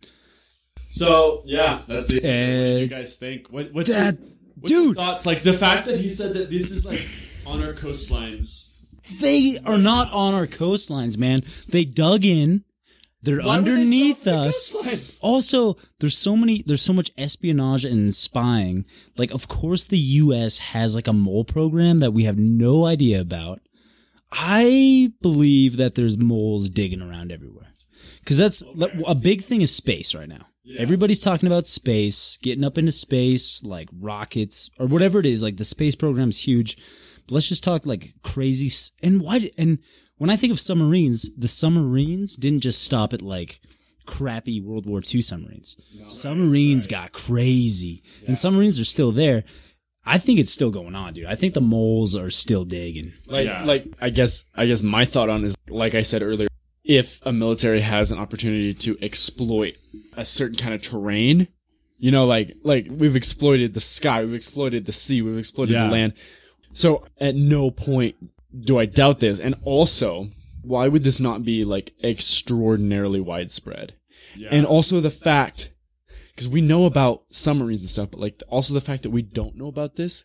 Speaker 7: So yeah, that's it. what do you
Speaker 8: Uh,
Speaker 7: guys think? What, what's
Speaker 8: that-
Speaker 7: your, what's your
Speaker 8: dude.
Speaker 7: thoughts? Like the fact that he said that this is like on our coastlines.
Speaker 8: they are not on our coastlines, man. They dug in. They're
Speaker 7: Why would they
Speaker 8: underneath
Speaker 7: stop at the
Speaker 8: us.
Speaker 7: coastlines?
Speaker 8: Also, there's so many there's so much espionage and spying. Like of course the US has like a mole program that we have no idea about. I believe that there's moles digging around everywhere. Cuz that's a big thing is space right now. Everybody's talking about space, getting up into space, like rockets or whatever it is, like the space program's huge. But let's just talk like crazy s- and why d- and when I think of submarines, the submarines didn't just stop at like crappy World War II submarines. submarines got crazy, and submarines are still there. I think it's still going on, dude. I think the moles are still digging.
Speaker 9: Like, like I guess, I guess my thought on is like I said earlier. If a military has an opportunity to exploit a certain kind of terrain, you know, like like we've exploited the sky, we've exploited the sea, we've exploited
Speaker 7: Yeah.
Speaker 9: the land. So at no point do I doubt this. And also, why would this not be like extraordinarily widespread? And also the fact, because we know about submarines and stuff, but like also the fact that we don't know about this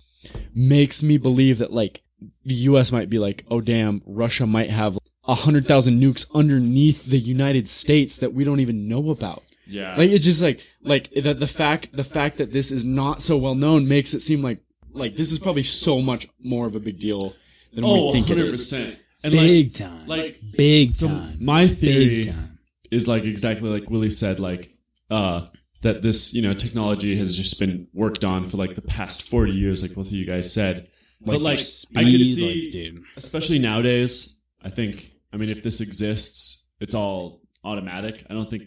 Speaker 9: makes me believe that like the U.S. might be like, oh damn, Russia might have a hundred thousand nukes underneath the United States that we don't even know about.
Speaker 7: Yeah.
Speaker 9: Like it's just like like the, the fact the fact that this is not so well known makes it seem like like this is probably so much more of a big deal than we
Speaker 7: oh,
Speaker 9: think it
Speaker 7: 100
Speaker 9: is.
Speaker 7: percent. And
Speaker 8: Big
Speaker 7: like,
Speaker 8: time,
Speaker 7: like
Speaker 8: big
Speaker 7: so
Speaker 8: time.
Speaker 7: my theory
Speaker 8: Big time.
Speaker 7: is like exactly like Willie said, like uh that this you know technology has just been worked on for like the past forty years, like both of you guys said. but like I could
Speaker 8: speed,
Speaker 7: see,
Speaker 8: like, dude.
Speaker 7: especially nowadays. I think I mean if this exists, it's all automatic. I don't think.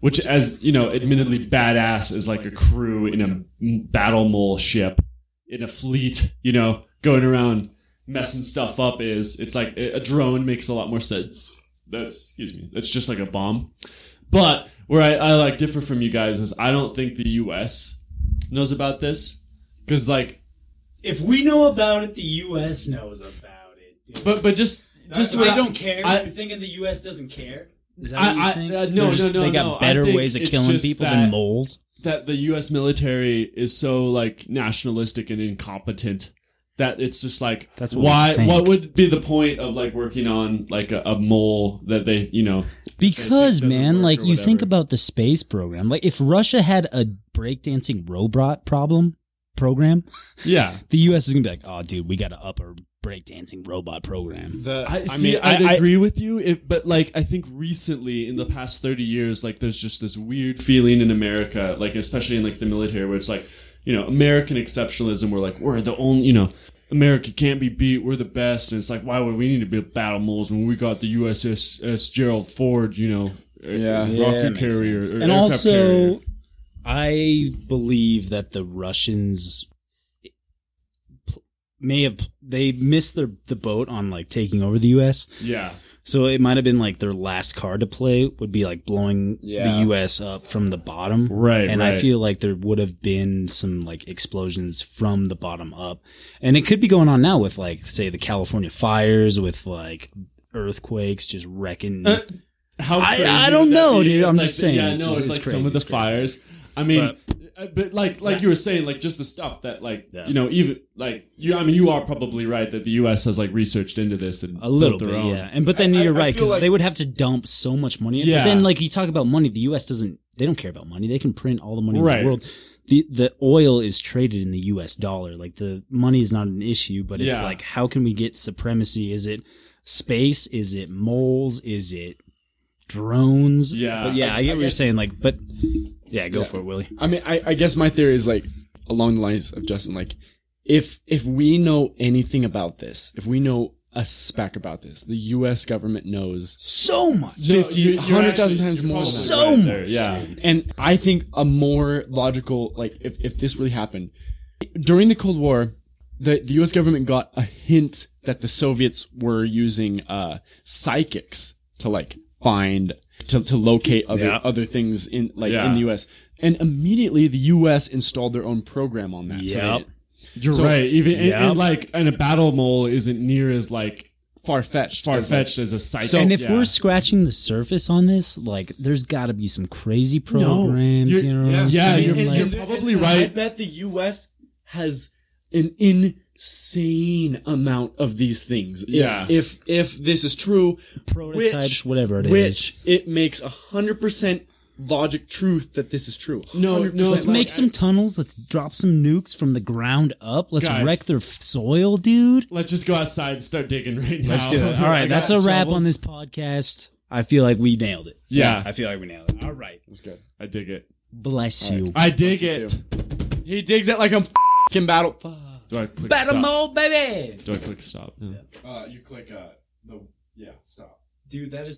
Speaker 7: Which, as you know, admittedly badass is like a crew in a m- battle mole ship, in a fleet, you know, going around messing stuff up is it's like a a drone makes a lot more sense. That's excuse me. That's just like a bomb. But where I, I like differ from you guys is I don't think the U.S. knows about this because like
Speaker 10: If we know about it, the U.S. knows about it. Dude.
Speaker 7: but but just just what
Speaker 10: I
Speaker 7: I-
Speaker 10: don't care.
Speaker 7: I-
Speaker 10: You're thinking the U.S. doesn't care?
Speaker 8: Is that
Speaker 7: I-
Speaker 8: what you
Speaker 7: I-
Speaker 8: think?
Speaker 7: uh, no,
Speaker 8: They're
Speaker 7: no, no,
Speaker 8: They got
Speaker 7: no. I
Speaker 8: better
Speaker 7: think
Speaker 8: ways of
Speaker 7: it's
Speaker 8: killing
Speaker 7: just
Speaker 8: people
Speaker 7: that-
Speaker 8: than moles.
Speaker 7: that the U.S. military is so like nationalistic and incompetent that it's just like
Speaker 8: That's what we
Speaker 7: why
Speaker 8: think.
Speaker 7: what would be the point of like working on like a, a mole that they you know
Speaker 8: Because
Speaker 7: doesn't
Speaker 8: man,
Speaker 7: work
Speaker 8: like
Speaker 7: or
Speaker 8: you think
Speaker 7: whatever.
Speaker 8: about the space program. Like if Russia had a breakdancing robot problem program,
Speaker 7: yeah
Speaker 8: the U.S. is gonna be like, "Oh, dude, we got to up our breakdancing robot program."
Speaker 9: The,
Speaker 7: I, see,
Speaker 9: mean,
Speaker 7: I'd
Speaker 9: I- I-
Speaker 7: agree with you, if, but like I think recently in the past thirty years, like there's just this weird feeling in America, like especially in like the military, where it's like you know American exceptionalism, where like we're the only, you know, America can't be beat, we're the best, and it's like why would we need to be battle moles when we got the USS Gerald Ford, you know,
Speaker 9: Yeah. Yeah,
Speaker 7: rocket carrier, or
Speaker 8: and
Speaker 7: aircraft carrier.
Speaker 8: also i believe that the russians pl- may have they missed their the boat on like taking over the us
Speaker 7: yeah,
Speaker 8: so it might have been like their last card to play would be like blowing
Speaker 9: Yeah.
Speaker 8: the us up from the bottom
Speaker 7: Right,
Speaker 8: and i
Speaker 7: right.
Speaker 8: feel like there would have been some like explosions from the bottom up and it could be going on now with like say the california fires with like earthquakes just wrecking
Speaker 7: How
Speaker 8: I-
Speaker 7: crazy
Speaker 8: I
Speaker 7: would
Speaker 8: don't
Speaker 7: that
Speaker 8: know,
Speaker 7: be
Speaker 8: dude.
Speaker 7: if,
Speaker 8: I'm
Speaker 7: like,
Speaker 8: just
Speaker 7: the-
Speaker 8: saying,
Speaker 7: Yeah,
Speaker 8: it's
Speaker 7: no,
Speaker 8: just-
Speaker 7: it's,
Speaker 8: it's
Speaker 7: like some
Speaker 8: crazy,
Speaker 7: of the
Speaker 8: it's crazy.
Speaker 7: fires. I mean, uh, but like like you were saying, like just the stuff that like
Speaker 8: Yeah.
Speaker 7: you know even like you. I mean, you are probably right that the U.S. has like researched into this and
Speaker 8: A little
Speaker 7: built their
Speaker 8: bit,
Speaker 7: own.
Speaker 8: yeah. And but then you're
Speaker 9: I
Speaker 8: right
Speaker 9: feel
Speaker 8: because
Speaker 9: like-
Speaker 8: they would have to dump so much money. Yeah.
Speaker 7: Yeah.
Speaker 8: But then, like you talk about money, the U.S. doesn't. They don't care about money. They can print all the money in
Speaker 7: Right.
Speaker 8: the world. The the oil is traded in the U.S. dollar. Like the money is not an issue, but it's
Speaker 7: Yeah.
Speaker 8: like how can we get supremacy? Is it space? Is it moles? Is it drones?
Speaker 7: Yeah.
Speaker 8: But yeah, I, get what you're saying. Like, but yeah, go for it, Willie.
Speaker 9: I mean, I, I guess my theory is like along the lines of Justin, like if if we know anything about this, if we know a speck about this, the U.S. government knows
Speaker 8: So much.
Speaker 9: fifty,
Speaker 7: you- you're
Speaker 9: hundred thousand
Speaker 7: actually-
Speaker 9: times
Speaker 7: you're
Speaker 9: more.
Speaker 7: probably
Speaker 9: than
Speaker 8: So
Speaker 7: right
Speaker 8: much,
Speaker 7: there, yeah.
Speaker 9: and I think a more logical, like if, if this really happened during the Cold War, the, the U.S. government got a hint that the Soviets were using uh, psychics to like find to, to locate other other things in like
Speaker 7: Yeah.
Speaker 9: in the U.S. And immediately the U.S. installed their own program on that. So they-
Speaker 8: Yep.
Speaker 7: You're right. Even and,
Speaker 8: Yeah.
Speaker 7: and like and a battle mole isn't near as like
Speaker 11: far fetched.
Speaker 12: far fetched as a site.
Speaker 11: So-
Speaker 8: and if
Speaker 12: yeah.
Speaker 8: we're scratching the surface on this, like, there's got to be some crazy programs.
Speaker 12: you're-
Speaker 8: you know what I'm
Speaker 12: yeah,
Speaker 8: saying?
Speaker 12: you're-
Speaker 8: Like,
Speaker 12: you're- probably right.
Speaker 7: I bet the U.S. has an insane amount of these things.
Speaker 12: Yeah.
Speaker 7: If if, if this is true,
Speaker 8: Prototypes,
Speaker 7: which,
Speaker 8: whatever it
Speaker 7: it
Speaker 8: is.
Speaker 7: is, which it makes a hundred percent logic truth that this is true.
Speaker 12: No,
Speaker 7: 100%
Speaker 12: no,
Speaker 8: Let's
Speaker 12: like,
Speaker 8: make some tunnels. Let's drop some nukes from the ground up. Let's
Speaker 12: Guys.
Speaker 8: wreck their f- soil, dude.
Speaker 12: Let's just go outside and start digging right now.
Speaker 8: Let's do it. All
Speaker 12: I
Speaker 8: right, that's a
Speaker 12: got
Speaker 8: wrap
Speaker 12: shovels.
Speaker 8: on this podcast. I feel like we nailed it.
Speaker 12: Yeah.
Speaker 8: I feel like we nailed it. All right.
Speaker 7: That's good.
Speaker 12: I dig it.
Speaker 8: Bless you.
Speaker 12: I dig
Speaker 7: Bless
Speaker 12: it.
Speaker 7: you He digs it like I'm f***ing battle. Fuck.
Speaker 12: Do I click
Speaker 8: Better
Speaker 12: stop?
Speaker 8: mode, baby.
Speaker 12: Do I click stop? No.
Speaker 7: Uh, you click uh the yeah stop.
Speaker 13: Dude, that is